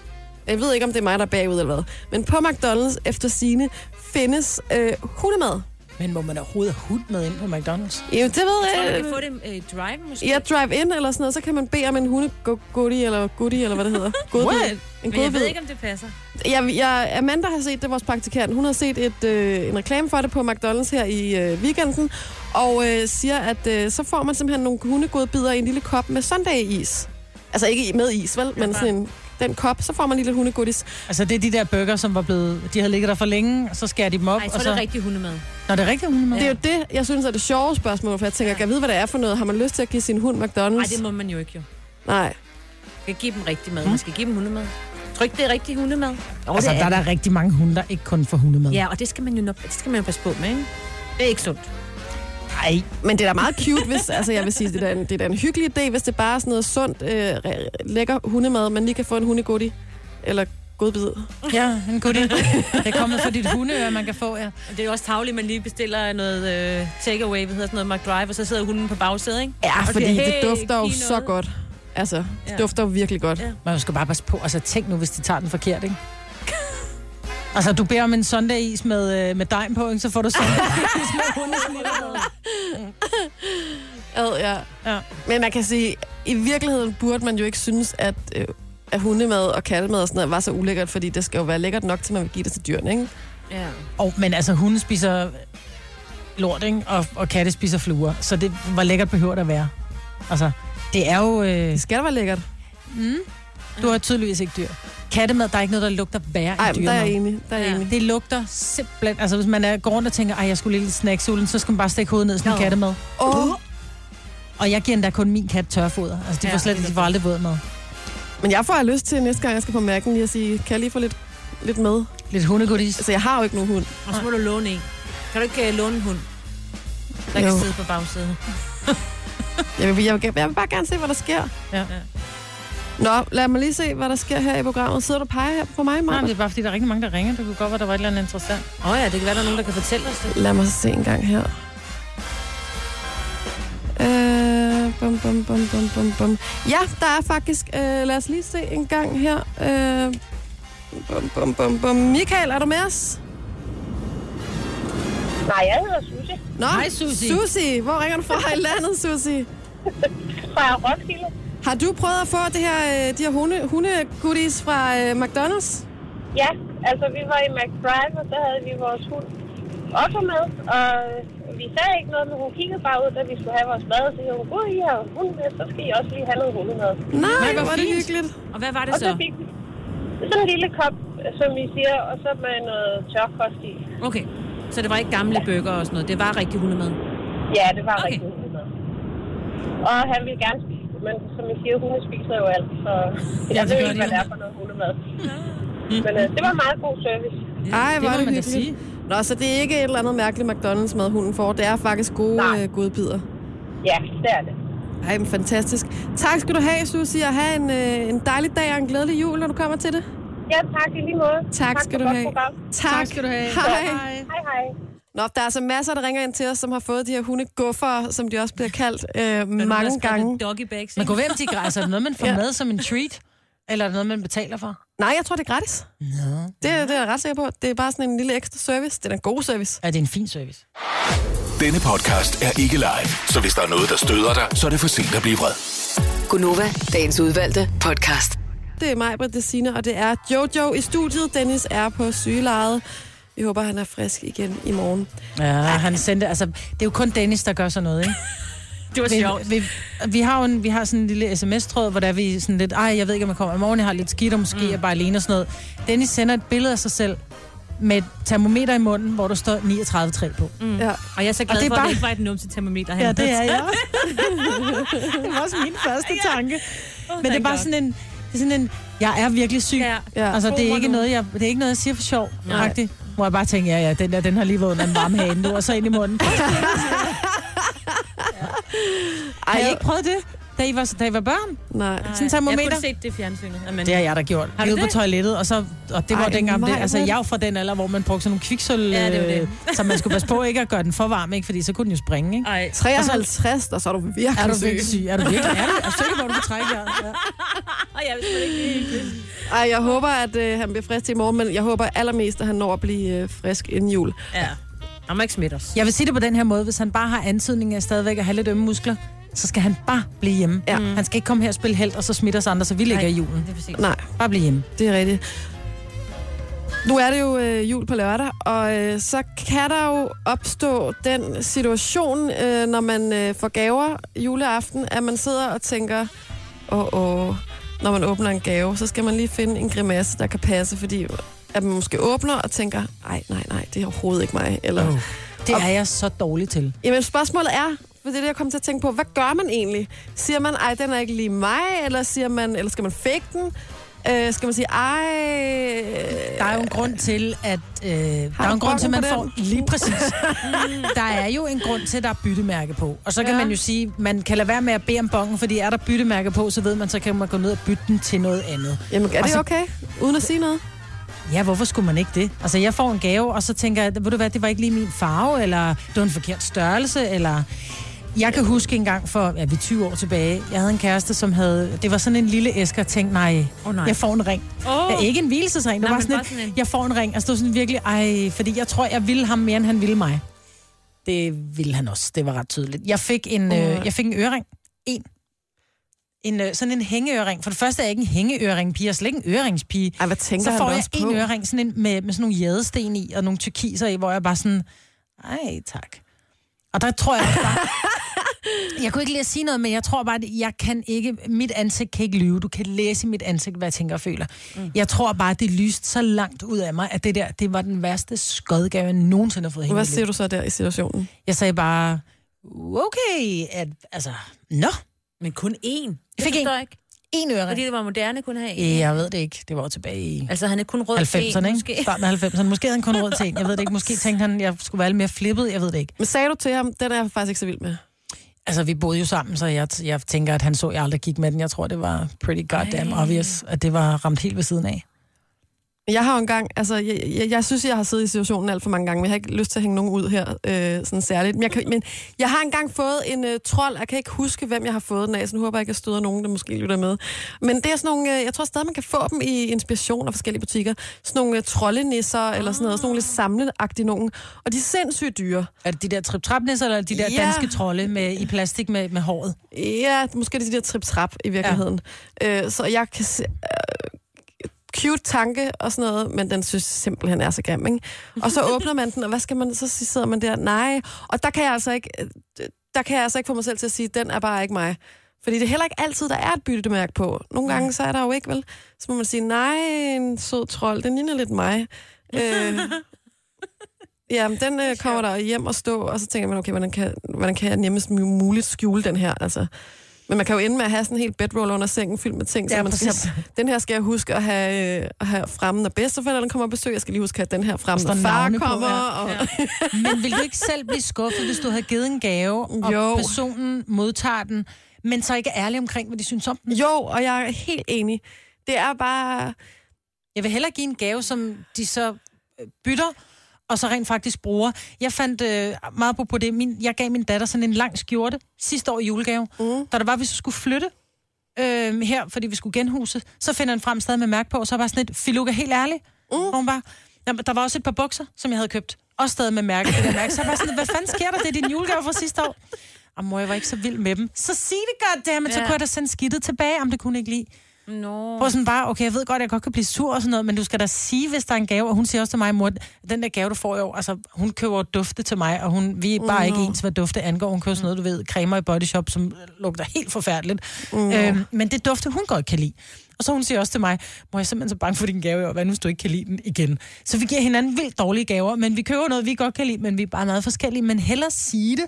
S1: jeg ved ikke, om det er mig, der er bagud eller hvad, men på McDonald's efter sine findes øh, hundemad.
S2: Men må man overhovedet have hund med ind på McDonald's?
S1: Jamen, det ved
S3: Tror du,
S1: jeg.
S3: man kan få det øh, drive, måske?
S1: Ja, drive-in eller sådan noget, så kan man bede om en hundegoodie, eller goodie, eller hvad det hedder. Godbid. En
S3: Men jeg ved
S1: godbid.
S3: ikke, om det passer.
S1: Jeg, jeg, Amanda har set det, vores praktikant. Hun har set et, øh, en reklame for det på McDonald's her i øh, weekenden, og øh, siger, at øh, så får man simpelthen nogle hundegodbidder i en lille kop med søndageis. Altså ikke i- med is, vel? Men sådan en, den kop, så får man en lille hundegodis.
S2: Altså, det er de der bøger, som var blevet... De havde ligget der for længe, og så skærer de dem op,
S3: Nej, jeg tror,
S2: og
S3: det er
S2: så...
S3: rigtig hundemad.
S2: Når det er rigtigt hundemad.
S1: Det er jo det, jeg synes er det sjove spørgsmål, for jeg tænker, kan jeg vide, hvad det er for noget? Har man lyst til at give sin hund McDonald's?
S3: Nej, det må man jo ikke, jo.
S1: Nej.
S3: Man skal give dem rigtig mad. Man skal give dem hundemad. Tror du ikke, det er rigtig hundemad? Jo,
S2: Altså,
S3: det
S2: der er der rigtig mange hunde, der ikke kun får hundemad.
S3: Ja, og det skal man jo, nok, det skal man jo passe på med, ikke? Det er ikke sundt.
S2: Ej,
S1: Men det er da meget cute, hvis, altså jeg vil sige, det er da en, det er da en hyggelig idé, hvis det bare er sådan noget sundt, øh, re- lækker hundemad, man lige kan få en hundegodie. Eller godbid.
S2: Ja, en god idé. Det er kommet fra dit hundeøre, man kan få, ja.
S3: Det er jo også tavligt, at man lige bestiller noget øh, takeaway, hvad hedder sådan noget, McDrive, og så sidder hunden på bagsædet, ikke?
S1: Ja,
S3: Okay,
S1: fordi hey, det
S3: hey,
S1: dufter jo
S3: giv
S1: så
S3: noget.
S1: godt. Altså, det
S3: Ja.
S1: dufter jo virkelig godt.
S3: Ja.
S2: Man skal bare passe på. Altså, tænk nu, hvis de tager den forkert, ikke? Altså, du beder om en søndagis med, øh, med dejm på, ikke? så får du søndagis med hundeslitter.
S1: Ad, ja.
S2: Ja.
S1: Men man kan sige, i virkeligheden burde man jo ikke synes, at, øh, at hundemad og kattemad og sådan noget var så ulækkert, fordi det skal jo være lækkert nok, til man vil give det til dyrene, ikke?
S3: Ja.
S2: Og, men altså, hunde spiser lort, ikke? Og, og katte spiser fluer. Så det, hvor lækkert behøver det at være? Altså, det er jo... Øh,
S1: Det skal da være lækkert.
S2: du har tydeligvis ikke dyr. Kattemad, der er ikke noget, der lugter værre
S1: Ej,
S2: end
S1: men der er jeg
S2: dyremad.
S1: enig. Der er jeg
S3: Ja.
S1: enig.
S2: Det lugter simpelthen... Altså, hvis man er, går rundt og tænker, at jeg skulle lige lidt snacksulen, så skal man bare stikke hovedet ned i sådan en
S3: Nå.
S2: kattemad.
S1: Åh,
S2: Og jeg giver endda kun min kat tørfoder. Altså, de
S3: Ja,
S2: får slet
S3: det er
S2: de får aldrig våd med.
S1: men jeg får lyst til næste gang, jeg skal på mærken lige at sige, kan jeg lige få lidt, lidt med?
S2: Lidt hundegodis.
S1: Altså, jeg har jo ikke nogen hund.
S3: Og så må du låne en. Kan du ikke øh, låne en hund? Der
S1: Jo.
S3: kan sidde på bagsædet.
S1: Jeg vil, jeg, vil, jeg vil bare gerne se, hvad der sker.
S2: Ja.
S1: Nå, lad mig lige se, hvad der sker her i programmet. Sidder du og peger her på mig,
S2: Nej,
S1: Maja?
S2: men det er bare, fordi der er rigtig mange, der ringer. Det kunne godt være, der var et eller andet interessant.
S3: Åh oh, ja, det kan være, der er nogen, der kan fortælle os det.
S1: Lad mig se en gang her. Øh, bum, bum, bum, bum, bum, bum. Ja, der er faktisk... Øh, lad os lige se en gang her. Øh, bum, bum, bum, bum. Michael, er du med os?
S7: Nej, jeg hedder Susie
S1: Nå,
S2: Hej, Susie.
S1: Susi, hvor ringer du fra i landet, Susi?
S7: fra Roskilde.
S1: Har du prøvet at få det her, øh, de her hunde, hundegoodies fra øh, McDonald's?
S7: Ja, altså vi var i McDrive, og så havde vi vores hund Otto med, og vi sagde ikke noget, men hun kiggede bare ud, da vi skulle have vores mad, og så sagde hun, gud, I har hund med, så skal I også lige have noget hundemad.
S1: Nej,
S3: Nej,
S1: hvor
S3: hvor
S1: var det
S3: fint.
S1: hyggeligt.
S3: Og hvad var det
S7: Og så
S2: Altså.
S3: så?
S7: fik vi sådan en lille kop, som vi siger, og så med noget tørkost i.
S3: Okay, så det var ikke gamle bøger og sådan noget. Det var rigtig hundemad.
S7: Ja, det var
S3: Okay.
S7: okay. rigtig hundemad. Og han ville gerne spise det, men som vi siger, hunde spiser jo alt, så jeg
S2: det
S7: ved
S2: gør
S7: ikke,
S2: de jo. Mm.
S7: hvad det er for noget hundemad. Men øh, det var meget god service.
S1: Ej, hvor
S2: må
S1: er det
S2: man da
S1: hyggeligt.
S2: sige.
S1: Nå, så det er ikke et eller andet mærkeligt McDonald's mad, hunden får. Det er faktisk gode
S7: Nej.
S1: øh, godbidder.
S7: Ja, det er det.
S1: Ej, men fantastisk. Tak skal du have, Susie, og have en, øh, en dejlig dag og en glædelig jul, når du kommer til det.
S7: Ja, tak i lige måde.
S1: Tak, skal
S7: for
S1: du
S7: godt
S1: have.
S7: program.
S1: Tak. tak skal du have. Hej.
S7: Hej, hej.
S1: Nå, der er altså masser, der ringer ind til os, som har fået de her hundeguffer, som de også bliver kaldt, øh,
S3: Der er nogen, der har
S1: mange
S3: skrevet
S1: gange.
S3: Doggy bags,
S2: Man
S3: ikke?
S2: kunne være, om de græ- altså, er det noget, man får med som en treat? Eller er det noget, man betaler for?
S1: Nej, jeg tror, det er gratis. Nå. Det, er- det er jeg ret sikker på. Det er bare sådan en lille ekstra service. Det er da en god service.
S2: Er det en fin service?
S4: Denne podcast er ikke live, så hvis der er noget, der støder dig, så er det for sent at blive vred.
S5: Gunova, dagens udvalgte podcast.
S1: Det er mig, Britt Dessine, og det er Jojo i studiet. Dennis er på sygelejet. Vi håber, han er frisk igen i morgen.
S2: Ja, han sendte, altså, det er jo kun Dennis, der gør sådan noget, ikke?
S3: Det var
S2: Men
S3: sjovt.
S2: Vi, vi, har jo en, vi har sådan en lille sms-tråd, hvor der er vi sådan lidt, ej, jeg ved ikke, om jeg kommer i morgen, jeg har lidt skidt, og måske mm. jeg bare alene og sådan noget. Dennis sender et billede af sig selv med et termometer i munden, hvor der står 39,3 på. Mm.
S1: Ja.
S3: Og jeg er så glad
S2: Og det er
S3: for, bare... at
S2: bare-
S3: det ikke var et numse termometer.
S2: Ja, det er jeg. det var også min første tanke.
S3: Oh
S2: Men det er
S3: my
S2: bare
S3: God.
S2: sådan en, det er sådan en, jeg er virkelig syg.
S3: Ja.
S1: Ja.
S2: Altså, det er,
S3: Tro
S2: ikke
S3: mig nu.
S2: noget, jeg, det er ikke noget, jeg siger for sjov,
S3: Nej.
S2: rigtigt. Hvor jeg bare tænker, ja, ja, den der, den har lige været under en varm hane nu, og så ind i munden.
S1: Ej,
S2: Har I ikke prøvet det, da I var, da I var børn?
S1: Nej.
S2: Sådan en termometer?
S3: Jeg kunne set det i fjernsynet. Amen.
S2: Det har jeg da gjort. Har
S3: du
S2: Ude på
S3: det?
S2: toilettet, og, så, og det
S1: Ej,
S2: var Ej, dengang. Det,
S1: mig,
S2: altså,
S1: men-
S2: jeg er jo fra den alder, hvor man brugte sådan nogle kviksøl,
S3: Ja, det var det.
S2: øh, så man skulle passe på ikke at gøre den for varm, ikke? fordi så kunne den jo springe. Ikke?
S3: Ej.
S1: 53, og så er du virkelig
S2: Altså- Er du
S1: syg.
S2: virkelig syg? Er du virkelig? Er du, er du sikker, hvor du kan trække jer? Ja.
S3: Ej, jeg vidste det ikke.
S1: Ej, jeg håber, at øh, han bliver frisk til i morgen, men jeg håber allermest, at han når at blive øh, frisk inden jul.
S3: Ja. Han må ikke smitte os.
S2: Jeg vil sige det på den her måde. Hvis han bare har antydning af stadigvæk at have lidt ømme muskler, så skal han bare blive hjemme. Mm.
S1: Ja.
S2: Han skal ikke komme her og spille held, og så smitter os andre, så vi ligger
S3: Nej.
S2: i julen.
S3: Det er præcis.
S1: Nej,
S2: Bare blive hjemme.
S1: det er rigtigt. Nu er det jo øh, jul på lørdag, og øh, så kan der jo opstå den situation, øh, når man øh, får gaver juleaften, at man sidder og tænker, åh, åh, når man åbner en gave, så skal man lige finde en grimasse, der kan passe, fordi at man måske åbner og tænker, nej, nej, nej, det er overhovedet ikke mig. Eller,
S2: Oh. Det er jeg så dårlig til.
S1: Jamen spørgsmålet er, for det er det, jeg kom til at tænke på, hvad gør man egentlig? Siger man, ej, den er ikke lige mig, eller, siger man, eller skal man fake den? Øh, skal man sige, ej...
S2: Der er jo en grund til, at... Øh, der er jo en
S1: du
S2: grund til, at man
S1: brokken på
S2: får... Lige præcis. der er jo en grund til, at der er byttemærke på. Og så kan
S1: Ja.
S2: ja. man jo sige, man kan lade være med at bede om bongen, fordi er der byttemærke på, så ved man, så kan man gå ned og bytte den til noget andet.
S1: Jamen, er det
S2: Altså-
S1: okay? Uden at sige noget?
S2: Ja, hvorfor skulle man ikke det? Altså, jeg får en gave, og så tænker jeg, ved du hvad, det var ikke lige min farve, eller det var en forkert størrelse, eller... Jeg kan huske en gang for, ja, vi er 20 år tilbage, jeg havde en kæreste, som havde, det var sådan en lille æske, og tænkte, nej,
S3: Åh, nej.
S2: jeg får en ring.
S3: Åh.
S2: Ja, ikke en hvilesesring, det
S3: Nej,
S2: var
S3: men
S2: sådan,
S3: bare
S2: et,
S3: sådan en-
S2: jeg får en ring, og stod sådan virkelig, ej, fordi jeg tror, jeg ville ham mere, end han ville mig. Det ville han også, det var ret tydeligt. Jeg fik en, øh, jeg fik en ørering, en. En, øh, sådan en hængeøring. For det første er jeg ikke en hængeøring, pige. Jeg er slet ikke en øringspige
S1: Ej, hvad tænker
S2: så
S1: han
S2: får
S1: da
S2: jeg
S1: også på?
S2: en ørering sådan en, med, med sådan nogle jædesten i, og nogle tyrkiser i, hvor jeg bare sådan, ej tak. Og der tror jeg også bare, jeg kunne ikke lige at sige noget, men jeg tror bare, at jeg kan ikke, mit ansigt kan ikke lyve. Du kan læse i mit ansigt, hvad jeg tænker og føler. Mm. Jeg tror bare, det lyste så langt ud af mig, at det der, det var den værste skodgave, jeg nogensinde har fået hende.
S1: Hvad siger du så der i situationen?
S2: Jeg sagde bare, okay, at, altså, nå,
S3: Men kun én.
S2: Jeg fik
S3: det forstår
S2: én.
S3: jeg ikke.
S2: en
S3: Fordi
S2: ørering.
S3: det var moderne kun at have én.
S2: Jeg ved det ikke, det var jo tilbage i
S3: Altså, han er kun rød til
S2: 90'erne,
S3: én,
S2: ikke?
S3: måske.
S2: Starten af 90'erne. Måske havde han kun råd til en. Jeg ved det ikke. Måske tænkte han, jeg skulle være lidt mere flippet. Jeg ved det ikke.
S1: Men sagde du til ham, den er jeg faktisk ikke så vild med?
S2: Altså, vi boede jo sammen, så jeg, jeg tænker, at han så, at jeg aldrig gik med den. Jeg tror, det var pretty goddamn Ej. obvious, at det var ramt helt ved siden af.
S1: Jeg har jo engang, altså, jeg, jeg, jeg synes, jeg har siddet i situationen alt for mange gange, men jeg har ikke lyst til at hænge nogen ud her, øh, sådan særligt. Men jeg, kan, men jeg har engang fået en øh, trold, jeg kan ikke huske, hvem jeg har fået den af, så nu håber jeg ikke, jeg støder nogen, der måske lytter med. Men det er sådan nogle, øh, jeg tror stadig, man kan få dem i Inspiration og forskellige butikker, sådan nogle øh, troldenisser eller sådan noget, sådan nogle lidt samleagtige nogen, og de er sindssygt dyre.
S2: Er det de der trip eller de der
S1: Ja.
S2: ja. danske trolde med, i plastik med, med håret?
S1: Ja, måske det er de der trip-trap i virkeligheden. Ja. Øh, så jeg kan se, øh, cute tanke og sådan noget, men den synes simpelthen er så grim, ikke? Og så åbner man den, og hvad skal man, så sidder man der, nej. Og der kan jeg altså ikke, øh, der kan jeg altså ikke få mig selv til at sige, den er bare ikke mig. Fordi det er heller ikke altid, der er et byttemærke på. Nogle gange, så er der jo ikke, vel? Så må man sige, nej, en sød trold, den ligner lidt mig. Øh, Ja, men den øh, kommer der hjem og stå, og så tænker man, okay, hvordan kan, hvordan kan jeg nemmest mu- muligt skjule den her? Altså. Men man kan jo ende med at have sådan en helt bedroll under sengen fyldt med ting, ja,
S2: Ja,
S1: så man
S2: præcis.
S1: skal, den her skal jeg huske at have, øh, at have fremme, når bedsteforældrene kommer og besøg. Jeg skal lige huske at have den her fremme,
S2: Der
S1: når
S2: står
S1: far
S2: navne på,
S1: kommer.
S2: ja.
S1: og, ja.
S2: Men vil du ikke selv blive skuffet, hvis du havde givet en gave, og
S1: Jo.
S2: personen modtager den, men så ikke er ærlig omkring, hvad de synes om den?
S1: Jo, og jeg er helt enig. Det er bare...
S2: Jeg vil hellere give en gave, som de så øh, bytter, og så rent faktisk bruger. Jeg fandt øh, meget på, på det. Min, jeg gav min datter sådan en lang skjorte sidste år i julegave, mm. da der var, hvis vi skulle flytte øh, her, fordi vi skulle genhuse, så finder han frem stadig med mærke på, og så var jeg sådan et, Filuka, helt ærlig, mm. hvor hun bare, jamen, der var også et par bukser, som jeg havde købt, også stadig med mærke, det der mærke. så jeg var sådan, hvad fanden sker der, det er din julegave fra sidste år. Og mor, jeg var ikke så vild med dem. Så sig det godt, det men så kunne jeg da sende skidtet tilbage, om det kunne hun ikke lide.
S3: Nå.
S2: Prøv sådan bare, okay, jeg ved godt, jeg godt kan blive sur og sådan noget, men du skal da sige, hvis der er en gave, og hun siger også til mig, mor, den der gave, du får i år, altså, hun køber dufte til mig, og hun, vi er bare ikke ens, hvad dufte angår. Hun køber sådan noget, du ved, cremer i body shop, som lugter helt forfærdeligt. Øhm, men det dufte, hun godt kan lide. Og så hun siger også til mig, mor, jeg er simpelthen så bange for din gave i år, hvad nu, hvis du ikke kan lide den igen? Så vi giver hinanden vildt dårlige gaver, men vi køber noget, vi godt kan lide, men vi er bare meget forskellige, men hellere sige det.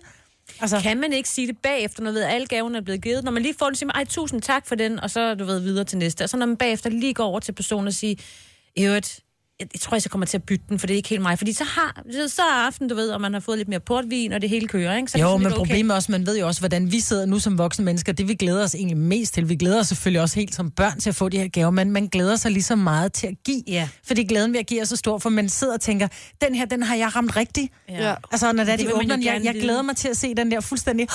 S2: Altså,
S3: Kan man ikke sige det bagefter, når man ved, at alle gaven er blevet givet? Når man lige får den, siger man, ej, tusind tak for den, og så du ved videre til næste. Og så når man bagefter lige går over til personen og siger, i øvrigt, jeg, jeg tror, jeg så kommer til at bytte den, for det er ikke helt mig. Fordi så har så- så er aften, du ved, og man har fået lidt mere portvin, og det hele kører, ikke? Så er det
S2: Jo,
S3: sådan
S2: men
S3: lidt okay.
S2: problemet er også, man ved jo også, hvordan vi sidder nu som voksne mennesker. Det vi glæder os egentlig mest til. Vi glæder os selvfølgelig også helt som børn til at få de her gaver, men man glæder sig lige så meget til at give.
S3: Ja.
S2: Fordi glæden ved at give er så stor, for man sidder og tænker, den her, den har jeg ramt rigtigt.
S1: Ja.
S2: Altså, når det er,
S3: Det
S2: de
S3: vil man jo
S2: åbner, den, jeg,
S3: gerne
S2: jeg
S3: vide.
S2: glæder mig til at se den der fuldstændig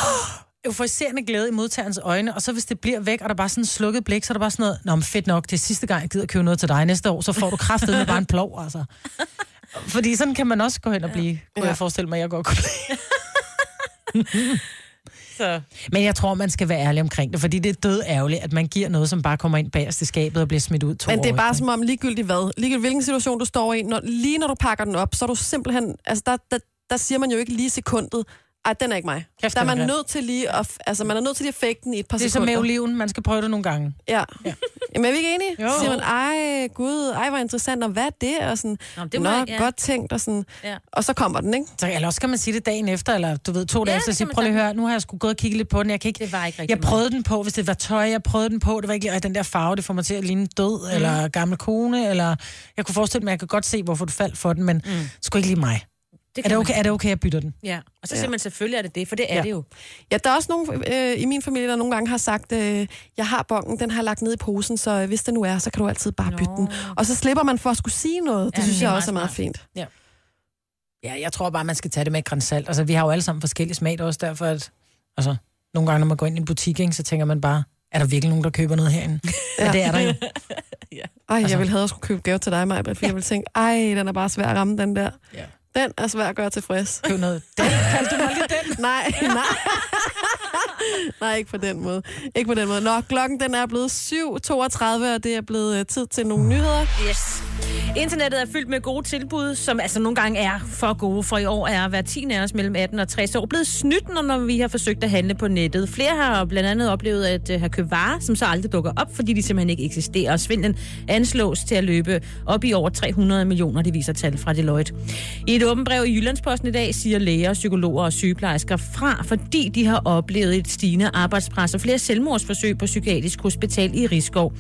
S2: euforiserende glæde i modtagerens øjne, og så hvis det bliver væk, og der bare er sådan en slukket blik, så er der bare sådan noget, nå, men fedt nok, det er sidste gang, jeg gider købe noget til dig næste år, så får du kraftet med bare en plov, altså. Fordi sådan kan man også gå hen og blive, kunne
S1: Ja.
S2: jeg forestille mig, jeg godt kunne blive. Men jeg tror, man skal være ærlig omkring det, fordi det er død ærgerligt, at man giver noget, som bare kommer ind bagerst i skabet og bliver smidt ud to
S1: Men det er
S2: år
S1: bare
S2: efter.
S1: som om ligegyldigt hvad, ligegyldigt hvilken situation du står i, når, lige når du pakker den op, så er du simpelthen, altså der, der, der siger man jo ikke lige i sekundet, ej, den er ikke mig.
S2: Kæft,
S1: der er
S2: den er
S1: man
S2: grim.
S1: nødt til lige at, f- altså man er nødt til lige at fake den i et par
S2: Det er som
S1: sekunder.
S2: med oliven, man skal prøve det nogle gange.
S1: Ja. ja. Jamen, er vi ikke enige?
S2: Jo.
S1: Jo. Så siger man, ej, gud, ej, hvor interessant, og hvad er det? Og sådan,
S3: Nå, men
S1: det
S3: det
S1: Nå,
S3: må jeg- ja.
S1: godt tænkt, og sådan.
S3: Ja.
S1: Ja. Og så kommer den, ikke?
S2: Så, eller også kan man sige det dagen efter, eller du ved, to dage
S3: Ja,
S2: efter, og
S3: det
S2: sige,
S3: kan man
S2: prøv lige at
S3: sagtens.
S2: høre, nu har jeg sgu gået og kigget lidt på den, jeg kan ikke...
S3: Det var ikke rigtig
S2: jeg prøvede den på, hvis det var tøj, jeg prøvede den på, det var ikke lige, "Øj, den der farve, det får mig til at ligne død,
S3: Mhm.
S2: mm. eller gammel kone, eller... Jeg kunne forestille mig, jeg kan godt se, hvorfor du faldt for den, men mm. sgu ikke lige mig.
S3: Det
S2: Er det,
S3: kan
S2: okay, er det okay, jeg bytter den?
S3: Man. Ja. Og så siger man, selvfølgelig er det det, for det er
S1: Ja.
S3: det jo.
S1: Ja, der er også nogen øh, i min familie, der nogle gange har sagt, øh, jeg har bongen, den har jeg lagt ned i posen, så øh, hvis det nu er, så kan du altid bare
S3: Nå.
S1: bytte den. Og så slipper man for at skulle sige noget. Det
S3: Ja,
S1: ja, synes
S3: det er
S1: jeg
S3: meget
S1: også er meget
S3: smart.
S1: fint.
S2: Ja, jeg tror bare, man skal tage det med et gran salt. Altså, vi har jo alle sammen forskellige smag, det er også derfor, at altså, nogle gange, når man går ind i en butik, ikke, så tænker man bare, er der virkelig nogen, der køber noget herinde? Ja. Men det er der jo.
S1: Ej,
S2: Altså-
S1: jeg ville have at skulle købe gave til dig, Maja, fordi jeg ville tænke, ej, den er bare svær at ramme, den der.
S2: Ja.
S1: Den er svær at gøre tilfreds.
S2: Køb noget. Det kaldte du mig lige den.
S1: Nej, nej. nej, ikke på den måde. Ikke på den måde. Nå, klokken den er blevet 7.32, og det er blevet øh, tid til nogle nyheder.
S3: Yes. Internettet er fyldt med gode tilbud, som altså nogle gange er for gode, for i år er hver 10 af os mellem 18 og 60 år blevet snydt, når- når vi har forsøgt at handle på nettet. Flere har blandt andet oplevet at øh, have købt varer, som så aldrig dukker op, fordi de simpelthen ikke eksisterer, og svindlen anslås til at løbe op i over 300 millioner, det viser tal fra Deloitte. I et åbent brev i Jyllandsposten i dag siger læger, psykologer og sygeplejersker fra, fordi de har oplevet et stigende arbejdspres og flere selvmordsforsøg på psykiatrisk hospital i Rigskov.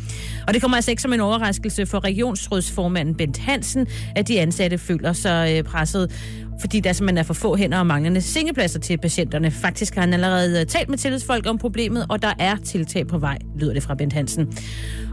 S3: Og det kommer altså ikke som en overraskelse for regionsrådsformanden Bent Hansen, at de ansatte føler sig øh, presset fordi der simpelthen er for få hænder og manglende sengepladser til patienterne. Faktisk har han allerede øh, talt med tillidsfolk om problemet, og der er tiltag på vej, lyder det fra Bent Hansen.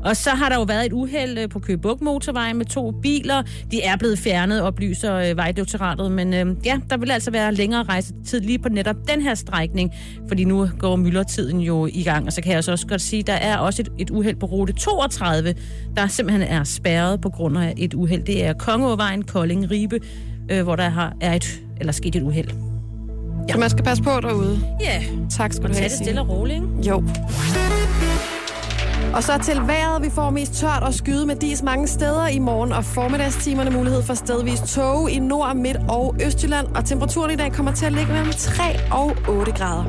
S3: Og så har der jo været et uheld øh, på Køgebuk motorvejen med to biler. De er blevet fjernet, oplyser øh, Vejdirektoratet, men øh, ja, der vil altså være længere rejsetid lige på netop den her strækning, fordi nu går myldretiden jo i gang, og så kan jeg så også godt sige, der er også et, et uheld på rute 32, der simpelthen er spærret på grund af et uheld. Det er Kongeåvejen, Kolding, Ribe, øh, hvor der har, er et, eller sket et uheld.
S1: Ja. Så man skal passe på derude.
S3: Ja, yeah.
S1: Tak skal
S3: og
S1: du
S3: tag
S1: have,
S3: det
S1: Signe.
S3: stille og roligt, ikke?
S1: Jo. Og så til vejret. Vi får mest tørt og skyde med dis mange steder i morgen og formiddagstimerne. Mulighed for stedvis tåge i Nord, Midt og Østjylland. Og temperaturen i dag kommer til at ligge mellem 3 og 8 grader.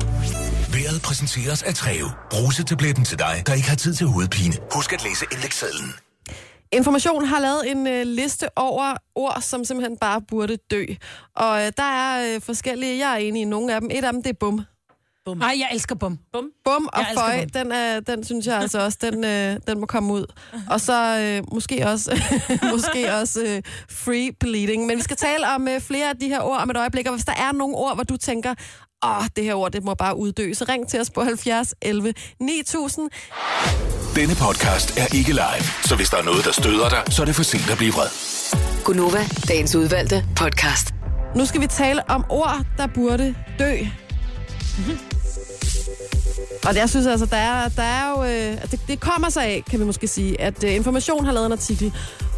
S4: Været præsenteres af Treo. Brusetabletten til dig, der ikke har tid til hovedpine. Husk at læse indlægssedlen.
S1: Information har lavet en øh, liste over ord, som simpelthen bare burde dø. Og øh, der er øh, forskellige. Jeg er enig i nogle af dem. Et af dem, det er bum.
S2: Nej, jeg elsker bum. Bum?
S1: Bum og
S2: Jeg elsker
S1: føj,
S2: bum.
S1: den, er, den synes jeg altså også, den, øh, den må komme ud. Og så øh, måske også, måske også øh, free bleeding. Men vi skal tale om øh, flere af de her ord om et øjeblik, og hvis der er nogle ord, hvor du tænker, åh, oh, det her ord, det må bare uddø, så ring til os på 70 11 9000.
S4: Denne podcast er ikke live, så hvis der er noget, der støder dig, så er det for sent at blive vred.
S5: Gunova, dagens udvalgte podcast.
S1: Nu skal vi tale om ord, der burde dø. Og det, jeg synes altså, der er, der er jo... Øh, det, det kommer sig af, kan vi måske sige, at øh, Information har lavet en artikel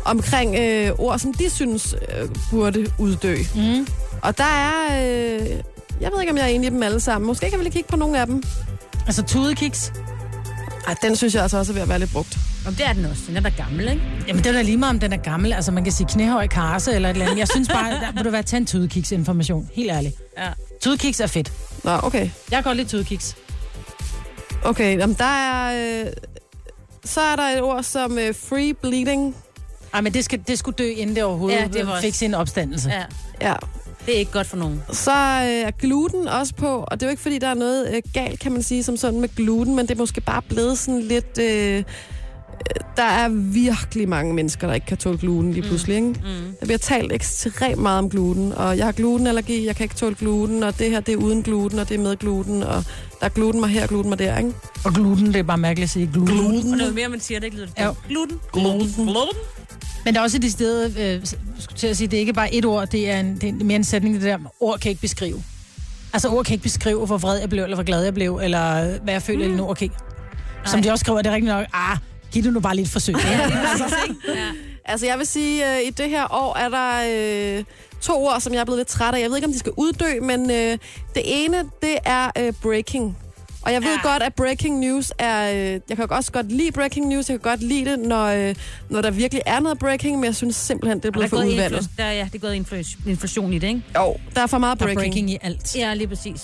S1: omkring øh, ord, som de synes øh, burde uddø. Mm. Og der er... Øh, jeg ved ikke, om jeg er enig i dem alle sammen. Måske kan vi lige kigge på nogle af dem.
S2: Altså tudekiks.
S1: Ej, den synes jeg altså også er ved at være lidt brugt.
S3: Om det er den også. Den er da gammel, ikke?
S2: Jamen, det er da lige meget, om den er gammel. Altså, man kan sige knæhøj karse eller et eller andet. Jeg synes bare, der burde være tage en tudekiks information. Helt ærligt.
S3: Ja.
S2: Tudekiks er fedt.
S1: Nå, okay.
S2: Jeg kan godt lide tudekiks.
S1: Okay, jamen, der er... Øh, så er der et ord som øh, free bleeding.
S2: Ej, men det, skal, det skulle dø, inden det overhovedet
S3: Ja, det var også-
S2: fik sin opstandelse. Ja.
S3: ja.
S1: Ja.
S3: Det er ikke godt for nogen.
S1: Så øh, er gluten også på, og det er jo ikke, fordi der er noget øh, galt, kan man sige, som sådan med gluten, men det er måske bare blevet sådan lidt... Øh, øh, der er virkelig mange mennesker, der ikke kan tåle gluten lige pludselig, ikke?
S3: Mm.
S1: Der bliver talt ekstremt meget om gluten, og jeg har glutenallergi, jeg kan ikke tåle gluten, og det her, det er uden gluten, og det er med gluten, og der er gluten mig her, og gluten mig der, ikke?
S2: Og gluten, det er bare mærkeligt at sige. Gluten. gluten.
S3: Og noget mere, man siger, det ikke lyder det.
S2: Ja.
S3: Gluten.
S1: Gluten.
S3: Gluten.
S2: Men der er også det sted, øh, skulle til at sige, det er ikke bare et ord, det er, en, det er mere en sætning, det der, ord kan ikke beskrive. Altså, ord kan ikke beskrive, hvor vred jeg blev, eller hvor glad jeg blev, eller øh, hvad jeg følte, mm. eller ord kan ikke. Som de også skriver, det er rigtigt nok, ah, giv det nu bare lidt forsøg. Ja.
S1: Altså, jeg vil sige, øh, i det her år er der øh, to ord, som jeg er blevet lidt træt af. Jeg ved ikke, om de skal uddø, men øh, det ene, det er øh, breaking. Og jeg ved ja. godt, at breaking news er... Øh, jeg kan også godt lide breaking news. Jeg kan godt lide det, når, øh, når der virkelig er noget breaking, men jeg synes simpelthen, det er
S3: Der er
S1: blevet for
S3: gået,
S1: udvandet.
S3: influ- der, ja, det er gået influ- inflation i det, ikke?
S1: Jo, der er for meget
S2: Der er
S1: breaking.
S2: breaking i alt.
S3: Ja, lige præcis.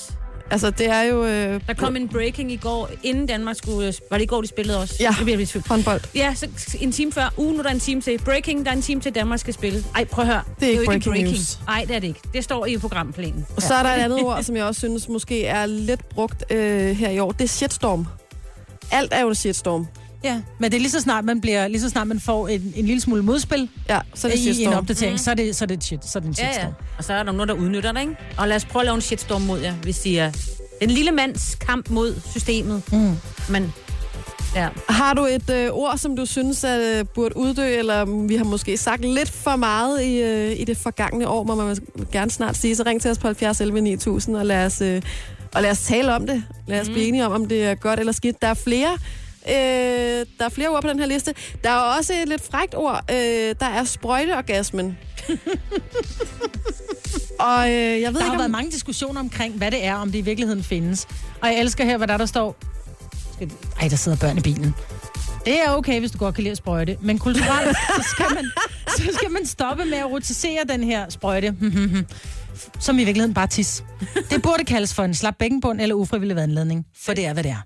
S1: Altså, det er jo øh,
S3: Der kom en breaking i går, inden Danmark skulle... Var det i går, de spillede også?
S1: Ja.
S3: Det bliver lidt tvivl.
S1: håndbold.
S3: Ja, så en time før. Ugen, nu er der en time til. Breaking, der er en time til, Danmark skal spille. Ej, prøv at høre. Det
S1: ikke
S3: jo
S1: breaking news.
S3: Nej, det er det ikke. Det står i programplanen.
S1: Og så er der et andet ord, som jeg også synes måske er lidt brugt øh, her i år. Det er shitstorm. Alt er jo en shitstorm.
S2: Ja, men det er lige så snart, man, bliver, lige så snart man får en, en lille smule modspil
S1: Ja, så er det
S2: i en
S1: shitstorm.
S2: opdatering, mm. så, er det, så er det shit, så er det en shitstorm.
S3: Ja, ja. Og så er der nogen, der udnytter det, ikke? Og lad os prøve at lave en shitstorm mod jer, hvis de er... Den lille mands kamp mod systemet. Mm. Men... Ja.
S1: Har du et øh, ord, som du synes at, øh, burde uddø, eller mm, vi har måske sagt lidt for meget i, øh, i det forgangne år, må man gerne snart sige, så ring til os på 70 11 9000, og lad os, øh, og lad os tale om det. Lad os mm.
S2: Mhm.
S1: blive enige om, om det er godt eller skidt. Der er flere, øh, der er flere ord på den her liste. Der er også et lidt frækt ord. Øh, der er sprøjteorgasmen. og øh, jeg ved ikke,
S2: Der har
S1: om...
S2: været mange diskussioner omkring, hvad det er, om det i virkeligheden findes. Og jeg elsker her, hvad der, der står. Ej, der sidder børn i bilen. Det er okay, hvis du godt kan lide at sprøjte, men kulturelt, så skal man, så skal man stoppe med at rotisere den her sprøjte, som i virkeligheden bare er tis. Det burde kaldes for en slap bækkenbund eller ufrivillig vandladning, for det er, hvad det er.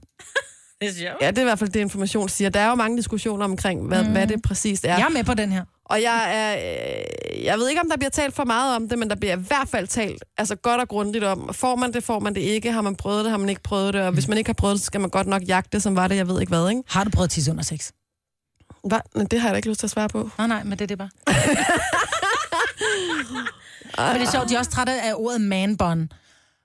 S3: Det synes jeg.
S1: Ja, det er i hvert fald det, information siger. Der er jo mange diskussioner omkring, hvad, mm. hvad det præcist er.
S2: Mhm. Jeg er med på den her.
S1: Og jeg er, øh, jeg ved ikke, om der bliver talt for meget om det, men der bliver i hvert fald talt altså godt og grundigt om, får man det, får man det ikke, har man prøvet det, har man ikke prøvet det, og hvis man ikke har prøvet det, så skal man godt nok jagte det, som var det, jeg ved ikke hvad, ikke?
S2: Har du prøvet at tisse under sex?
S1: Hva? Men det har jeg da ikke lyst til at svare på.
S2: Nej, nej, men det er det bare. men det er sjovt, de er også trætte af ordet manbond.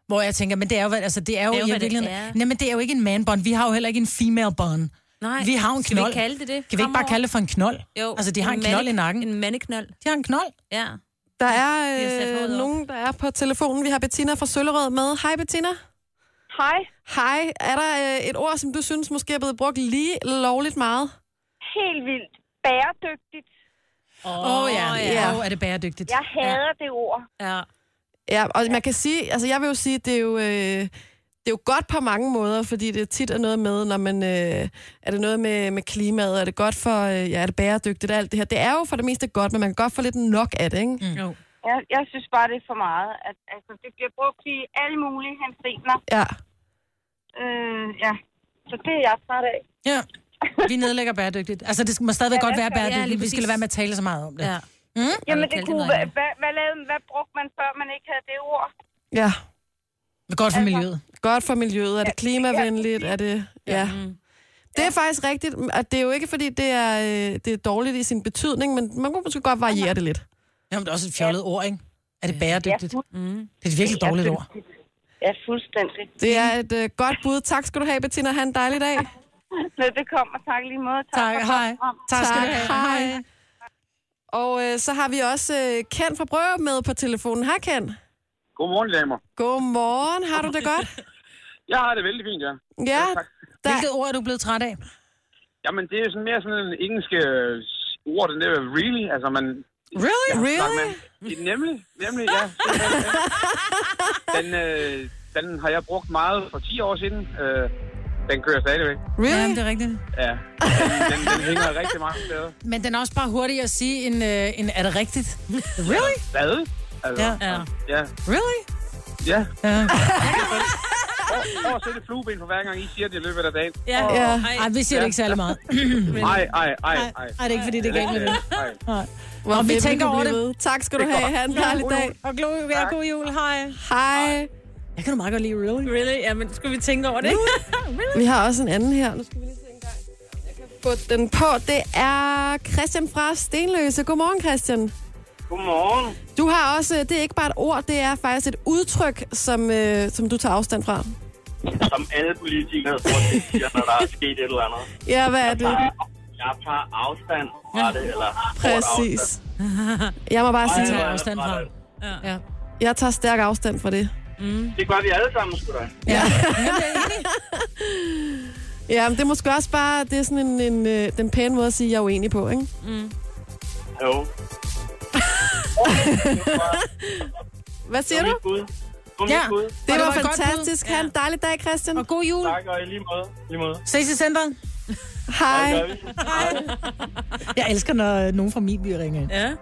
S2: Hvor jeg tænker, men det er jo, hvad- altså, det er jo,
S3: Det er jo,
S2: i
S3: hvad det
S2: virkeligheden...
S3: er.
S2: Nej, men det er jo ikke en manbond. Vi har jo heller ikke en female bond.
S3: Nej.
S2: Vi har jo en
S3: Skal vi
S2: knold.
S3: ikke kalde det det?
S2: Kan vi ikke bare
S3: fremover?
S2: kalde det for en knold?
S3: Jo.
S2: Altså, de har en
S3: mande-
S2: knold i nakken.
S3: En mandeknold.
S2: De har en knold.
S3: Ja.
S1: Der
S3: Vi har sat
S1: er
S3: hovedet
S1: øh,
S3: op.
S1: nogen, der er på telefonen. Vi har Bettina fra Søllerød med. Hej Bettina.
S7: Hej.
S1: Hej. Er der øh, et ord, som du synes måske er blevet brugt lige lovligt meget?
S7: Helt vildt bæredygtigt.
S2: Åh, oh, ja.
S1: ja.
S2: Åh, oh, er det bæredygtigt.
S7: Jeg hader ja. det ord.
S3: Ja.
S1: Ja, og man kan sige, altså jeg vil jo sige, det er jo, øh, det er jo godt på mange måder, fordi det tit er noget med, når man, øh, er det noget med, med klimaet, er det godt for, øh, ja, er det bæredygtigt og alt det her. Det er jo for det meste godt, men man kan godt få lidt nok af det, ikke? Mm.
S2: Jo.
S7: Jeg, jeg synes bare, det er for meget. At, altså, det bliver brugt i alle mulige hensener.
S1: Ja.
S7: Øh, ja. Så det er jeg snart af.
S2: Ja. Vi nedlægger bæredygtigt. Altså, det må stadigvæk godt være
S3: Ja,
S2: bæredygtigt.
S3: lige
S2: vi skal
S3: præcis.
S2: lade være med at tale så meget om det.
S3: ja.
S7: Jamen,
S3: kalde
S7: det
S3: det
S7: kunne,
S3: noget
S7: hvad,
S3: andet.
S7: hvad, hvad, lavede, hvad brugte man, før man ikke havde det ord?
S1: Ja.
S2: Men Godt for miljøet.
S1: Godt for miljøet, er det klimavenligt, er det, ja. Det er faktisk rigtigt, og det er jo ikke, fordi det er, øh, det er dårligt i sin betydning, men man kunne måske godt variere det lidt.
S2: Jamen, det er også et fjollet ord, ikke? Er det bæredygtigt?
S7: Ja.
S3: Mm.
S2: Det er et virkelig dårligt ord.
S7: Ja, fuldstændig.
S1: Det er et øh, godt bud. Tak skal du have, Bettina. Ha' en dejlig dag.
S7: Nå, det kommer. Tak lige måde.
S2: Tak,
S7: for-
S2: hej. Tak, skal du have.
S1: Hej. Og øh, så har vi også øh, Ken fra Brøger med på telefonen. Hej Ken.
S8: Godmorgen, damer.
S1: Godmorgen, har du det godt?
S8: Jeg har det vældig fint, ja.
S1: Ja, der,
S2: Hvilket ord er du blevet træt af?
S8: Jamen, det er jo sådan mere sådan en engelsk øh, ord, den der really. Altså, man...
S1: really?
S8: snakker
S1: Really?
S8: med-
S2: Øh.
S8: Nemlig, nemlig, ja. Den, øh, den har jeg brugt meget for 10 år siden. Øh, Den kører stadigvæk.
S2: Ja,
S1: Really?
S2: det er rigtigt.
S8: Ja. Den, den, den hænger rigtig mange steder.
S2: Men den er også bare hurtig at sige, en, øh, en er det rigtigt? Really?
S8: Hvad? Altså,
S2: Ja.
S3: Ja.
S8: ja.
S2: Really?
S8: Ja.
S2: Ja.
S8: Prøv at sætte flueben for hver gang, I siger det i løbet af dagen.
S3: Ja.
S1: Ja.
S2: Ej, vi siger det ikke særlig meget.
S8: Ej, ej,
S2: Ej,
S8: ej, ej.
S2: ej, det er ikke, fordi det er galt med det.
S8: Ej.
S1: Hvor
S2: Nå, vi
S1: fedt,
S2: tænker
S1: kunne
S2: over
S1: blive
S2: det.
S1: ved. Tak skal du have. Ha' en dejlig dag.
S2: Og glo, ja, god jul, hej.
S1: Hej.
S2: Jeg kan du meget godt lide really.
S3: Really? Ja, men skulle vi tænke over det?
S1: Vi har også en anden her. Nu skal vi lige se en gang. Jeg kan få den på. Det er Christian fra Stenløse. Godmorgen, Christian.
S8: Godmorgen.
S1: Du har også, det er ikke bare et ord, det er faktisk et udtryk, som, øh, som du tager afstand fra.
S9: som alle politikere stort set siger, når der er sket et eller andet.
S1: Ja, hvad er det?
S9: Jeg tager afstand fra det, eller stort afstand.
S1: Præcis. Jeg må bare
S9: Ej,
S1: sige,
S9: hvor er det
S2: afstand
S9: fra
S2: fra.
S9: det.
S2: Ja.
S1: jeg tager stærk afstand fra det.
S9: Det gør vi alle sammen, sgu da.
S1: Ja, men det er måske også bare, det er sådan en, en øh, den pæne måde at sige, jeg er uenig på, ikke?
S9: Jo.
S1: Hvad siger du?
S9: Mit bud. Kom
S2: Ja.
S9: ja. mit bud.
S1: Det
S2: det
S1: var
S2: var et godt
S1: fantastisk. Ha' en dejlig dag, Christian.
S2: Og god jul.
S9: Tak, og i lige måde. I lige måde.
S2: Ses i centret.
S1: Hej.
S9: Det gør vi.
S2: Jeg elsker, når øh, nogen fra min by ringer ind.
S3: Ja.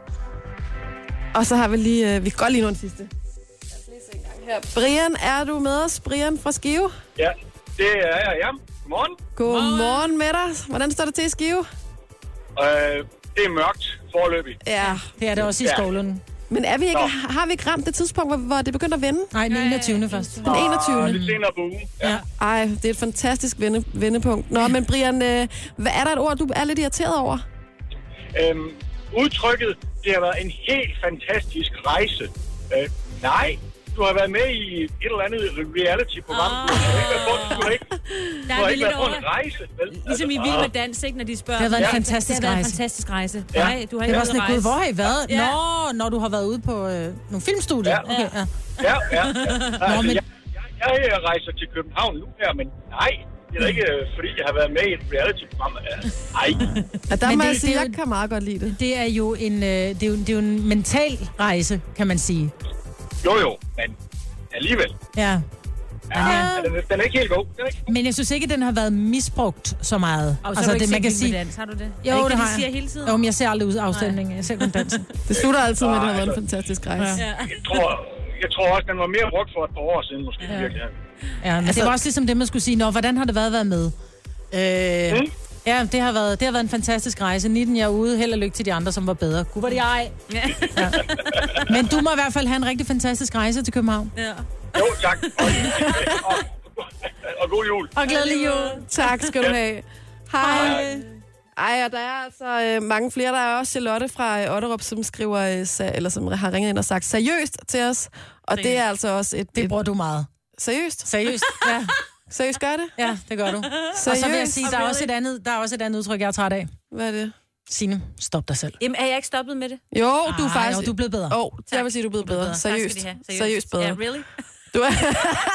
S1: Og så har vi lige, øh, vi kan godt lige nå en sidste. Lad os lige se en gang her. Brian, er du med os? Brian fra Skive.
S8: Ja, det er jeg. Ja. Godmorgen.
S1: Godmorgen med dig. Hvordan står det til i Skive?
S8: Øh, det er mørkt forløbig.
S1: Ja.
S2: Det er det også i
S8: Ja.
S2: Skovlunden.
S1: Men er vi ikke,
S8: Nå.
S1: har vi ikke ramt det tidspunkt, hvor, hvor det begynder at vende?
S2: Nej, den 21. først.
S1: Den
S8: Og
S1: 21.
S8: lidt senere på ugen. Ja.
S1: Ej, det er et fantastisk vende, vendepunkt. Nå, men Brian, øh, hvad er der et ord, du er lidt irriteret over?
S8: Øhm, udtrykket, det har været en helt fantastisk rejse. Øh, nej, du har været med i et eller andet reality-program. Du har ikke været på, du har ikke,
S3: Der
S8: du
S3: er
S8: har
S3: vi lidt
S8: ikke været på
S3: over.
S8: en rejse. Vel?
S3: Ligesom i
S8: Altså,
S3: Vild
S8: ah.
S3: med Dans, ikke, når de spørger.
S2: Det har været en
S3: Ja.
S2: fantastisk
S3: det har været
S2: rejse.
S3: en fantastisk rejse.
S8: Ja.
S3: Nej, du har
S2: Det
S3: ikke
S2: var sådan lidt, gud, hvor har I været?
S3: Ja.
S2: Nå, når du har været ude på øh, nogle filmstudier.
S8: Ja.
S2: Okay, ja.
S8: Ja, ja. ja. Altså,
S2: men-
S8: jeg, jeg, jeg rejser til København nu her, men nej, det er da ikke, øh, fordi jeg har været med i et reality-program. Øh, Nej.
S1: Ja, der
S2: Men
S1: må
S2: det-
S1: jeg
S2: det
S1: sige,
S2: er jo-
S1: jeg kan meget godt lide det.
S2: Det er jo en, øh, det er jo, det er jo en mental rejse, kan man sige.
S8: Jo, jo, men alligevel.
S2: Ja.
S8: Ja,
S2: Ja.
S8: Den, den er ikke helt god. Den er ikke...
S2: Men jeg synes ikke, den har været misbrugt så meget.
S3: Og så altså, det,
S2: man kan sige...
S3: Dans, har du det?
S2: Jo,
S3: er ikke,
S2: det
S3: det,
S2: har
S3: de
S2: jeg.
S3: siger hele tiden?
S2: Jo, men jeg ser aldrig ud afstemningen. Jeg ser kun dansen.
S1: Det slutter altid med, at det har været en fantastisk rejse.
S3: Ja.
S8: Jeg tror, jeg tror også, den var mere brugt for et par år siden, måske. Ja. Virkelig.
S2: Ja, men altså, det var også ligesom det, man skulle sige, Nå, hvordan har det været at være med? Øh,
S8: Mm.
S2: ja, det har, været, det har været en fantastisk rejse. 19 jeg er ude. Held og lykke til de andre, som var bedre. Gud, var det ej.
S3: Ja.
S2: Men du må i hvert fald have en rigtig fantastisk rejse til København.
S3: ja.
S8: Jo, tak. Og, og, og god jul.
S2: Og glædelig jul.
S1: Tak skal du have. Hej. Ej, og der er altså øh, mange flere. Der er også Charlotte fra øh, Otterup, som skriver, øh, sa- eller som har ringet ind og sagt seriøst til os. Og det er altså også et...
S2: Det
S1: et
S2: bruger du meget.
S1: seriøst?
S2: Seriøst? Ja,
S1: Seriøst gør det?
S2: ja det gør du. Og så vil jeg
S1: Seriøst?
S2: sige, der er også et andet, der er også et andet udtryk, jeg er træt af.
S1: Hvad er det?
S2: Signe, stop dig selv.
S3: Jamen, er jeg ikke stoppet med det?
S1: Jo, du er
S2: Ej,
S1: faktisk...
S2: jo, du er blevet bedre.
S1: Åh, oh, jeg vil sige, du er blevet bedre. Seriøst.
S3: Tak skal de have.
S1: Seriøst. Seriøst bedre.
S3: Ja, really?
S1: Du er...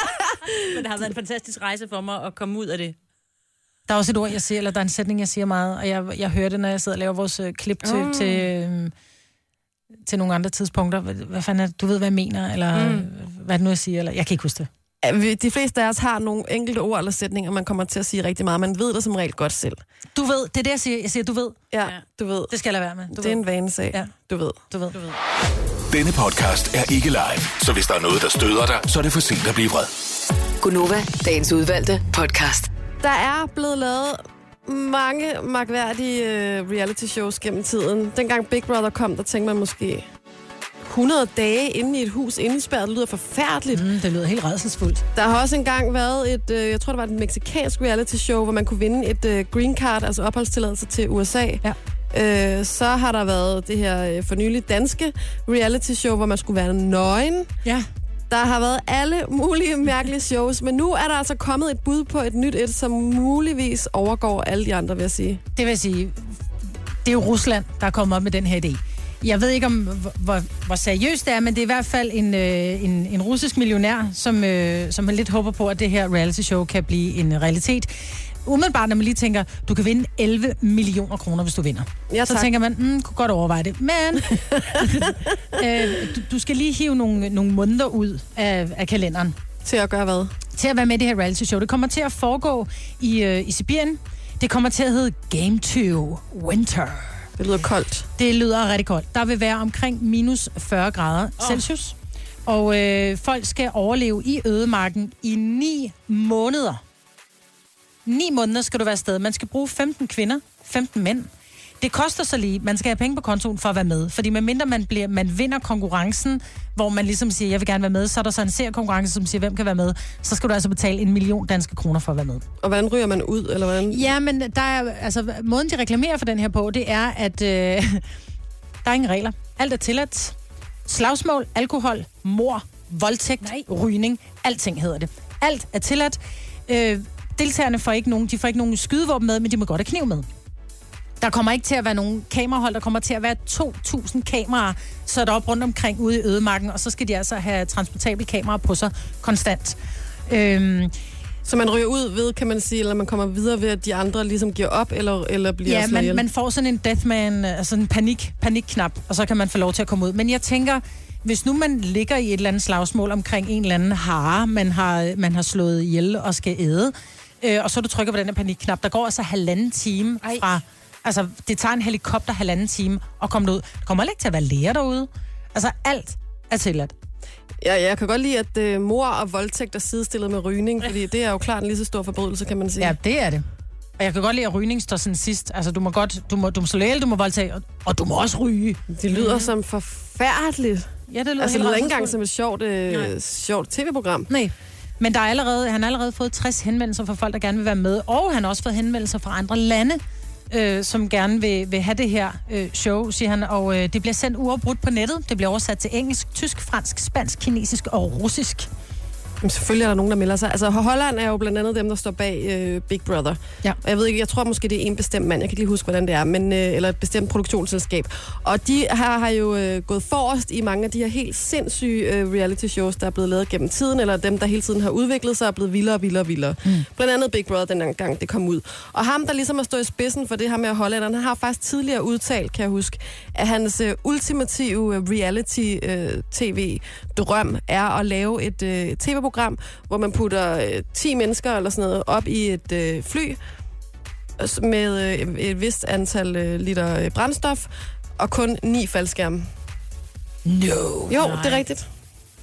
S3: Men det har været en fantastisk rejse for mig at komme ud af det.
S2: Der er også et ord, jeg siger, eller der er en sætning, jeg siger meget, og jeg, jeg hører det, når jeg sidder og laver vores øh, klip til, mm. til, øh, til nogle andre tidspunkter. Hvad, hvad fanden er det? Du ved, hvad jeg mener, eller mm. hvad er det nu, jeg siger, eller jeg kan ikke huske det.
S1: Ja, vi- De fleste af os har nogle enkelte ord eller sætninger, man kommer til at sige rigtig meget. Man ved det som regel godt selv.
S2: Du ved, det er det, jeg siger. Jeg siger, du ved.
S1: Ja, du ved.
S2: Det skal jeg lade være med. Du
S1: Det er
S2: ved.
S1: en vanesag.
S2: Ja.
S1: Du ved.
S2: Du ved.
S4: Denne podcast er ikke live, så hvis der er noget, der støder dig, så er det for sent at blive vred.
S5: Gunova, dagens udvalgte podcast.
S1: Der er blevet lavet mange magværdige øh, reality shows gennem tiden. Dengang Big Brother kom, der tænkte man måske 100 dage inde i et hus indespærret. Det lyder forfærdeligt. Mm.
S2: Mm, det lyder helt redselsfuldt.
S1: Der har også engang været et, øh, jeg tror det var et meksikansk reality show, hvor man kunne vinde et øh, green card, altså opholdstilladelse til USA.
S2: Ja.
S1: Øh, så har der været det her øh, for nylig danske reality show, hvor man skulle være nøgen.
S2: Ja.
S1: Der har været alle mulige mærkelige shows, men nu er der altså kommet et bud på et nyt et, som muligvis overgår alle de andre, vil jeg sige.
S2: Det vil jeg sige, det er jo Rusland, der er kommet op med den her idé. Jeg ved ikke, om hvor- hvor, hvor seriøst det er, men det er i hvert fald en, øh, en, en russisk millionær, som, øh, som lidt håber på, at det her reality-show kan blive en realitet. Umiddelbart, når man lige tænker, du kan vinde 11 millioner kroner, hvis du vinder.
S1: Ja,
S2: så
S1: tak.
S2: tænker man, mm, kunne godt overveje det. Men øh, du, du skal lige hive nogle, nogle måneder ud af, af kalenderen.
S1: Til at gøre hvad?
S2: til at være med i det her reality show. Det kommer til at foregå i, øh, i Sibirien. Det kommer til at hedde Game 2 Winter.
S1: Det lyder koldt.
S2: Det lyder rigtig koldt. Der vil være omkring minus 40 grader oh. Celsius. Og øh, folk skal overleve i ødemarken i 9 måneder. 9 måneder skal du være afsted. Man skal bruge 15 kvinder, 15 mænd. Det koster så lige, man skal have penge på kontoen for at være med. Fordi medmindre man, bliver, man vinder konkurrencen, hvor man ligesom siger, jeg vil gerne være med, så er der så en seriekonkurrence, som siger, hvem kan være med, så skal du altså betale en million danske kroner for at være med.
S1: Og hvordan ryger man ud, eller hvordan?
S2: Ja, men der er, altså, måden de reklamerer for den her på, det er, at øh, der er ingen regler. Alt er tilladt. Slagsmål, alkohol, mor, voldtægt, Nej. rygning, alting hedder det. Alt er tilladt. Øh, deltagerne får ikke nogen, de får ikke nogen skydevåben med, men de må godt have kniv med. Der kommer ikke til at være nogen kamerahold, der kommer til at være 2.000 kameraer sat op rundt omkring ude i ødemarken, og så skal de altså have transportable kameraer på sig konstant. Øhm,
S1: Så man ryger ud ved, kan man sige, eller man kommer videre ved, at de andre ligesom giver op, eller, eller bliver
S2: ja,
S1: slået ihjel?
S2: man, man får sådan en deathman, øh, altså en panik, panikknap, og så kan man få lov til at komme ud. Men jeg tænker, hvis nu man ligger i et eller andet slagsmål omkring en eller anden hare, man har, øh, man har slået ihjel og skal æde, øh, og så du trykker på den her panikknap, der går altså halvanden time Ej. fra... Altså, det tager en helikopter halvanden time at komme ud. Der kommer heller ikke til at være læger derude. Altså, alt er tilladt.
S1: Ja, jeg kan godt lide, at øh, mor og voldtægt er sidestillet med rygning, fordi det er jo klart en lige så stor forbrydelse, kan man sige.
S2: Ja, det er det. Og jeg kan godt lide, at rygning står sådan sidst. Altså, du må godt, du må, du må slå ihjel, du må voldtage, og, og du må også ryge.
S1: Det lyder som forfærdeligt.
S2: Ja, det lyder
S1: Altså, det lyder ikke engang
S2: rædselsfuldt.
S1: som et sjovt, øh, sjovt tv-program.
S2: Nej. Men der er allerede, han har allerede fået 60 henvendelser fra folk, der gerne vil være med, og han har også fået henvendelser fra andre lande, øh, som gerne vil, vil have det her øh, show, siger han. Og øh, det bliver sendt uafbrudt på nettet. Det bliver oversat til engelsk, tysk, fransk, spansk, kinesisk og russisk.
S1: Jamen, selvfølgelig er der nogen, der melder sig. Altså, Holland er jo blandt andet dem, der står bag øh, Big Brother.
S2: Ja.
S1: Og jeg ved ikke, jeg tror måske, det er en bestemt mand. Jeg kan ikke lige huske, hvordan det er. Men, øh, eller et bestemt produktionsselskab. Og de har, har jo øh, gået forrest i mange af de her helt sindssyge øh, reality shows, der er blevet lavet gennem tiden. Eller dem, der hele tiden har udviklet sig og er blevet vildere og vildere og vildere. Mm. Blandt andet Big Brother, den gang det kom ud. Og ham, der ligesom har stået i spidsen for det her med Hollanderne, han har faktisk tidligere udtalt, kan jeg huske, at hans øh, ultimative øh, reality-tv-drøm er at lave et øh, tv-program, hvor man putter øh, 10 mennesker eller sådan noget op i et øh, fly og s- med øh, et vist antal øh, liter øh, brændstof og kun ni faldskærme.
S2: No.
S1: Jo, Nej. det er rigtigt.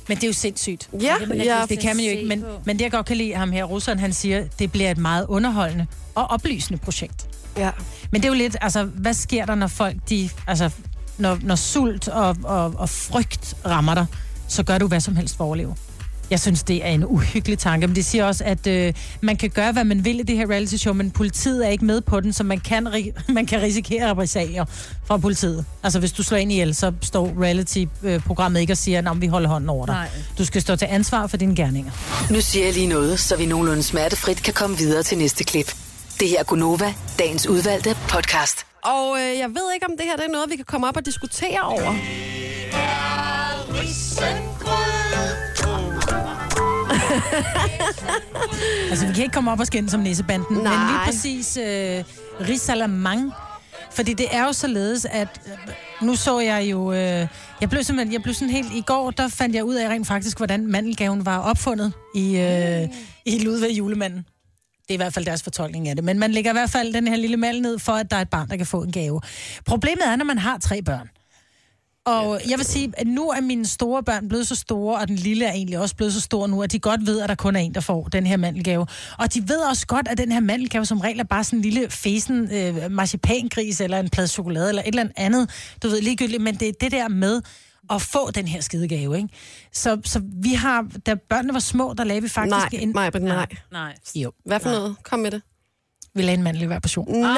S2: Men det er jo sindssygt.
S1: Ja, ja,
S2: Det kan man jo ikke, men, men det jeg godt kan lide ham her, russeren, han siger, det bliver et meget underholdende og oplysende projekt.
S1: ja.
S2: Men det er jo lidt, altså, hvad sker der, når folk, de, altså, når, når sult og, og, og frygt rammer dig, så gør du hvad som helst for at overleve. Jeg synes, det er en uhyggelig tanke, men det siger også, at øh, man kan gøre, hvad man vil i det her reality show, men politiet er ikke med på den, så man kan, ri- man kan risikere repressalier fra politiet. Altså, hvis du slår ind ihjel, så står reality-programmet ikke og siger, at vi holder hånden over dig.
S3: Nej.
S2: Nej. Du skal stå til ansvar for dine gerninger.
S5: Nu siger jeg lige noget, så vi nogenlunde smertefrit kan komme videre til næste klip. Det her er Gunova, dagens udvalgte podcast.
S1: Og øh, jeg ved ikke, om det her det er noget, vi kan komme op og diskutere over.
S2: Altså, vi kan ikke komme op og skænde som nissebanden, men
S1: Nej.
S2: lige præcis øh, risalamang. Fordi det er jo således, at øh, nu så jeg jo... Øh, jeg blev simpelthen jeg blev sådan helt... I går, der fandt jeg ud af rent faktisk, hvordan mandelgaven var opfundet i, øh, i Ludvig Julemanden. Det er i hvert fald deres fortolkning af det. Men man lægger i hvert fald den her lille mandel ned, for at der er et barn, der kan få en gave. Problemet er, når man har tre børn. Og jeg vil sige, at nu er mine store børn blevet så store, og den lille er egentlig også blevet så stor nu, at de godt ved, at der kun er en, der får den her mandelgave. Og de ved også godt, at den her mandelgave som regel er bare sådan en lille fesen øh, marcipangris, eller en plade chokolade, eller et eller andet. Du ved ligegyldigt, men det er det der med at få den her skidegave, ikke? Så, så vi har, da børnene var små, der lavede vi faktisk
S1: Nej,
S2: en...
S1: nej, nej.
S3: Nej.
S2: Jo,
S1: Hvad for noget? Kom med det.
S2: vi lavede en mandel i hver portion.
S3: Nej!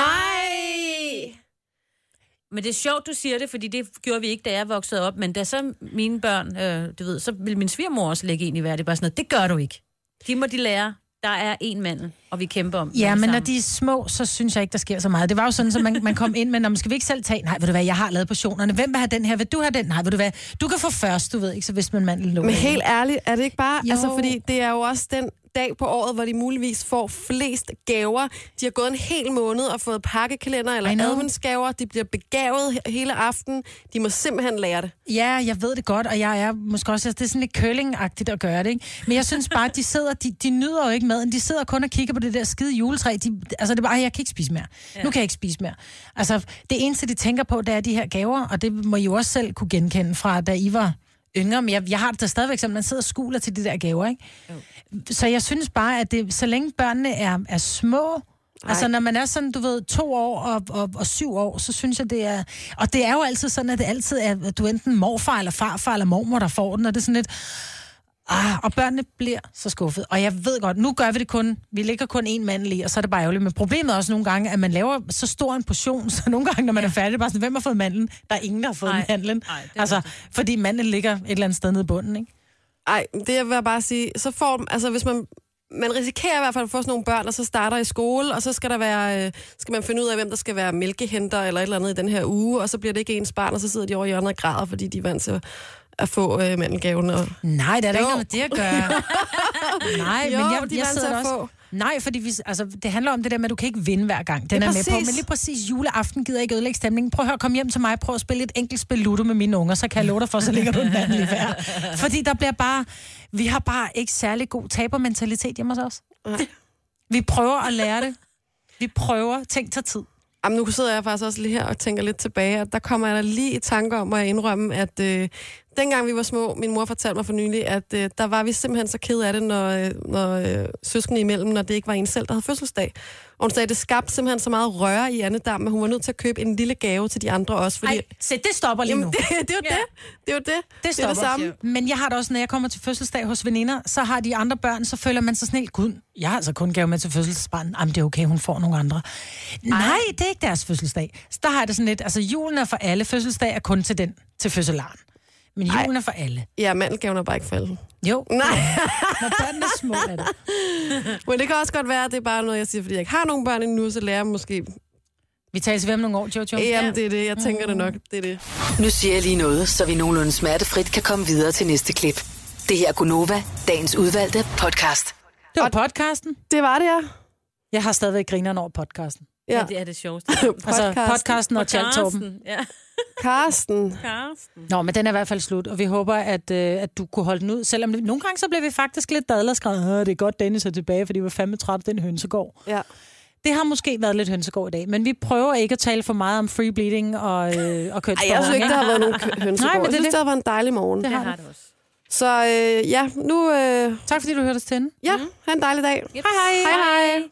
S3: Men det er sjovt, du siger det, fordi det gjorde vi ikke, da jeg voksede op. Men da så mine børn, øh, du ved, så ville min svigermor også lægge en i hver. Det er bare sådan noget, det gør du ikke. De må de lære. Der er én mandel, og vi kæmper om den
S2: Ja,
S3: alle
S2: men når
S3: sammen.
S2: de er små, så synes jeg ikke, der sker så meget. Det var jo sådan, at man, man kom ind med, "Nå, men skal vi ikke selv tage? Nej, ved du hvad, jeg har lavet portionerne. Hvem vil have den her? Vil du have den? Nej, ved du hvad, du kan få først, du ved ikke, så hvis man mandel lå.
S1: Men helt ærligt, er det ikke bare... Jo.
S2: Jo.
S1: Altså, fordi det er jo også den dag på året, hvor de muligvis får flest gaver. De har gået en hel måned og fået pakkekalender eller
S2: I know.
S1: adventsgaver. De bliver begavet he- hele aften. De må simpelthen lære det.
S2: Ja, jeg ved det godt, og jeg er måske også, det er sådan lidt curling-agtigt at gøre det, ikke? Men jeg synes bare, at de sidder, de, de nyder jo ikke maden, de sidder kun og kigger på det der skide juletræ, de, altså det er bare, "Ej, jeg kan ikke spise mere, ja. nu kan jeg ikke spise mere. Altså, det eneste, de tænker på, det er de her gaver, og det må I jo også selv kunne genkende fra, da I var yngre, men jeg, jeg har det da stadigvæk som, man sidder og skuler til de der gaver, ikke? Så jeg synes bare, at det, så længe børnene er, er små, Ej. altså når man er sådan, du ved, to år og, og, og syv år, så synes jeg, det er... Og det er jo altid sådan, at det altid er, at du er enten morfar eller farfar eller mormor, der får den, og det er sådan lidt... Ah, og børnene bliver så skuffet. Og jeg ved godt, nu gør vi det kun, vi ligger kun en mand lige, og så er det bare ærgerligt. Men problemet er også nogle gange, at man laver så stor en portion, så nogle gange, når man ja. er færdig, det er bare sådan, hvem har fået mandlen? Der er ingen, der har fået
S3: Nej.
S2: mandlen.
S3: Nej, det er
S2: altså, fordi mandlen ligger et eller andet sted nede i bunden, ikke?
S1: Ej, det jeg vil jeg bare sige, så får altså hvis man, man risikerer i hvert fald at få sådan nogle børn, og så starter i skole, og så skal der være, øh, skal man finde ud af, hvem der skal være mælkehenter eller et eller andet i den her uge, og så bliver det ikke ens barn, og så sidder de over i hjørnet og græder, fordi de er vant til at få øh, mandelgaven. Og...
S2: Nej, det er da
S1: Jo.
S2: ikke noget med det at gøre. Nej,
S1: Jo,
S2: men
S1: de
S2: jeg,
S1: er
S2: jeg
S1: vant til
S2: sidder
S1: at
S2: også...
S1: få.
S2: Nej, fordi vi, altså, det handler om det der med, at du kan ikke vinde hver gang. Den
S1: Ja,
S2: er, med på.
S1: præcis.
S2: Men lige præcis juleaften gider jeg ikke ødelægge stemningen. Prøv at høre, kom hjem til mig. Prøv at spille et enkelt spil Ludo med mine unger, så kan jeg love dig for, så ligger du den anden lige hver. Fordi der bliver bare... Vi har bare ikke særlig god tabermentalitet hjemme hos os.
S1: Nej.
S2: Vi prøver at lære det. Vi prøver. Tænk tager tid.
S1: Jamen, nu sidder jeg faktisk også lige her og tænker lidt tilbage, at der kommer jeg da lige i tanke om at indrømme, at øh, dengang vi var små, min mor fortalte mig for nylig, at øh, der var vi simpelthen så ked af det, når, øh, når øh, søskende imellem, når det ikke var en selv, der havde fødselsdag. Og hun sagde, at det skabte simpelthen så meget røre i andedammen, at hun var nødt til at købe en lille gave til de andre også, fordi...
S2: Ej, se, det stopper lige
S1: Jamen,
S2: nu.
S1: det, det er jo
S3: Ja.
S1: det. Det er jo det.
S2: Det
S1: det, er det
S2: stopper.
S1: samme.
S2: Men jeg har det også, når jeg kommer til fødselsdag hos veninder, så har de andre børn, så føler man sig sådan helt, gud, jeg har altså kun gave med til fødselsdagsbarn. Jamen, det er okay, hun får nogle andre. Nej, det er ikke deres fødselsdag. Så der har jeg det sådan lidt, altså julen er for alle, fødselsdag er kun til den, til fødselaren. Men julen er for alle.
S1: Ja, mandelgaven er bare ikke for alle.
S2: Jo,
S1: Nej,
S2: når børnene er små, er det.
S1: men det kan også godt være, at det er bare noget, jeg siger, fordi jeg ikke har nogen børn endnu, så lærer jeg måske...
S2: Vi tales ved om nogle år, Jojo.
S1: Jamen, det er det. Jeg tænker det nok. Det er det.
S5: Nu siger jeg lige noget, så vi nogenlunde smertefrit kan komme videre til næste klip. Det her er Gunova, dagens udvalgte podcast.
S2: Det var podcasten.
S1: Det var det, ja.
S2: Jeg har stadigvæk grineren over podcasten.
S3: Ja.
S1: ja.
S3: ja, det er det sjoveste.
S2: Altså podcasten og Tjaltorben.
S3: Karsten, Ja,
S1: Karsten.
S3: Karsten.
S2: Nå, men den er i hvert fald slut, og vi håber, at, øh, at du kunne holde den ud. Selvom det, nogle gange så bliver vi faktisk lidt dadlerskrevet. "Åh, Det er godt, Dennis er tilbage, fordi vi var fandme træt af den hønsegård.
S1: Ja.
S2: Det har måske været lidt hønsegård i dag, men vi prøver ikke at tale for meget om free bleeding og, øh, og
S1: Ej,
S2: kønsborg.
S1: jeg synes ikke, der har været nogen kø- hønsegård.
S2: Nej,
S1: Nej, det
S2: men det er
S1: jeg synes,
S2: det.
S1: det har været en dejlig morgen.
S3: Det har det også.
S1: Så øh, ja, nu... Øh,
S2: Tak fordi du hørte os tænde.
S1: ja, mm. ha' en dejlig dag.
S3: Yep. Hej, hej.
S1: Hej hej.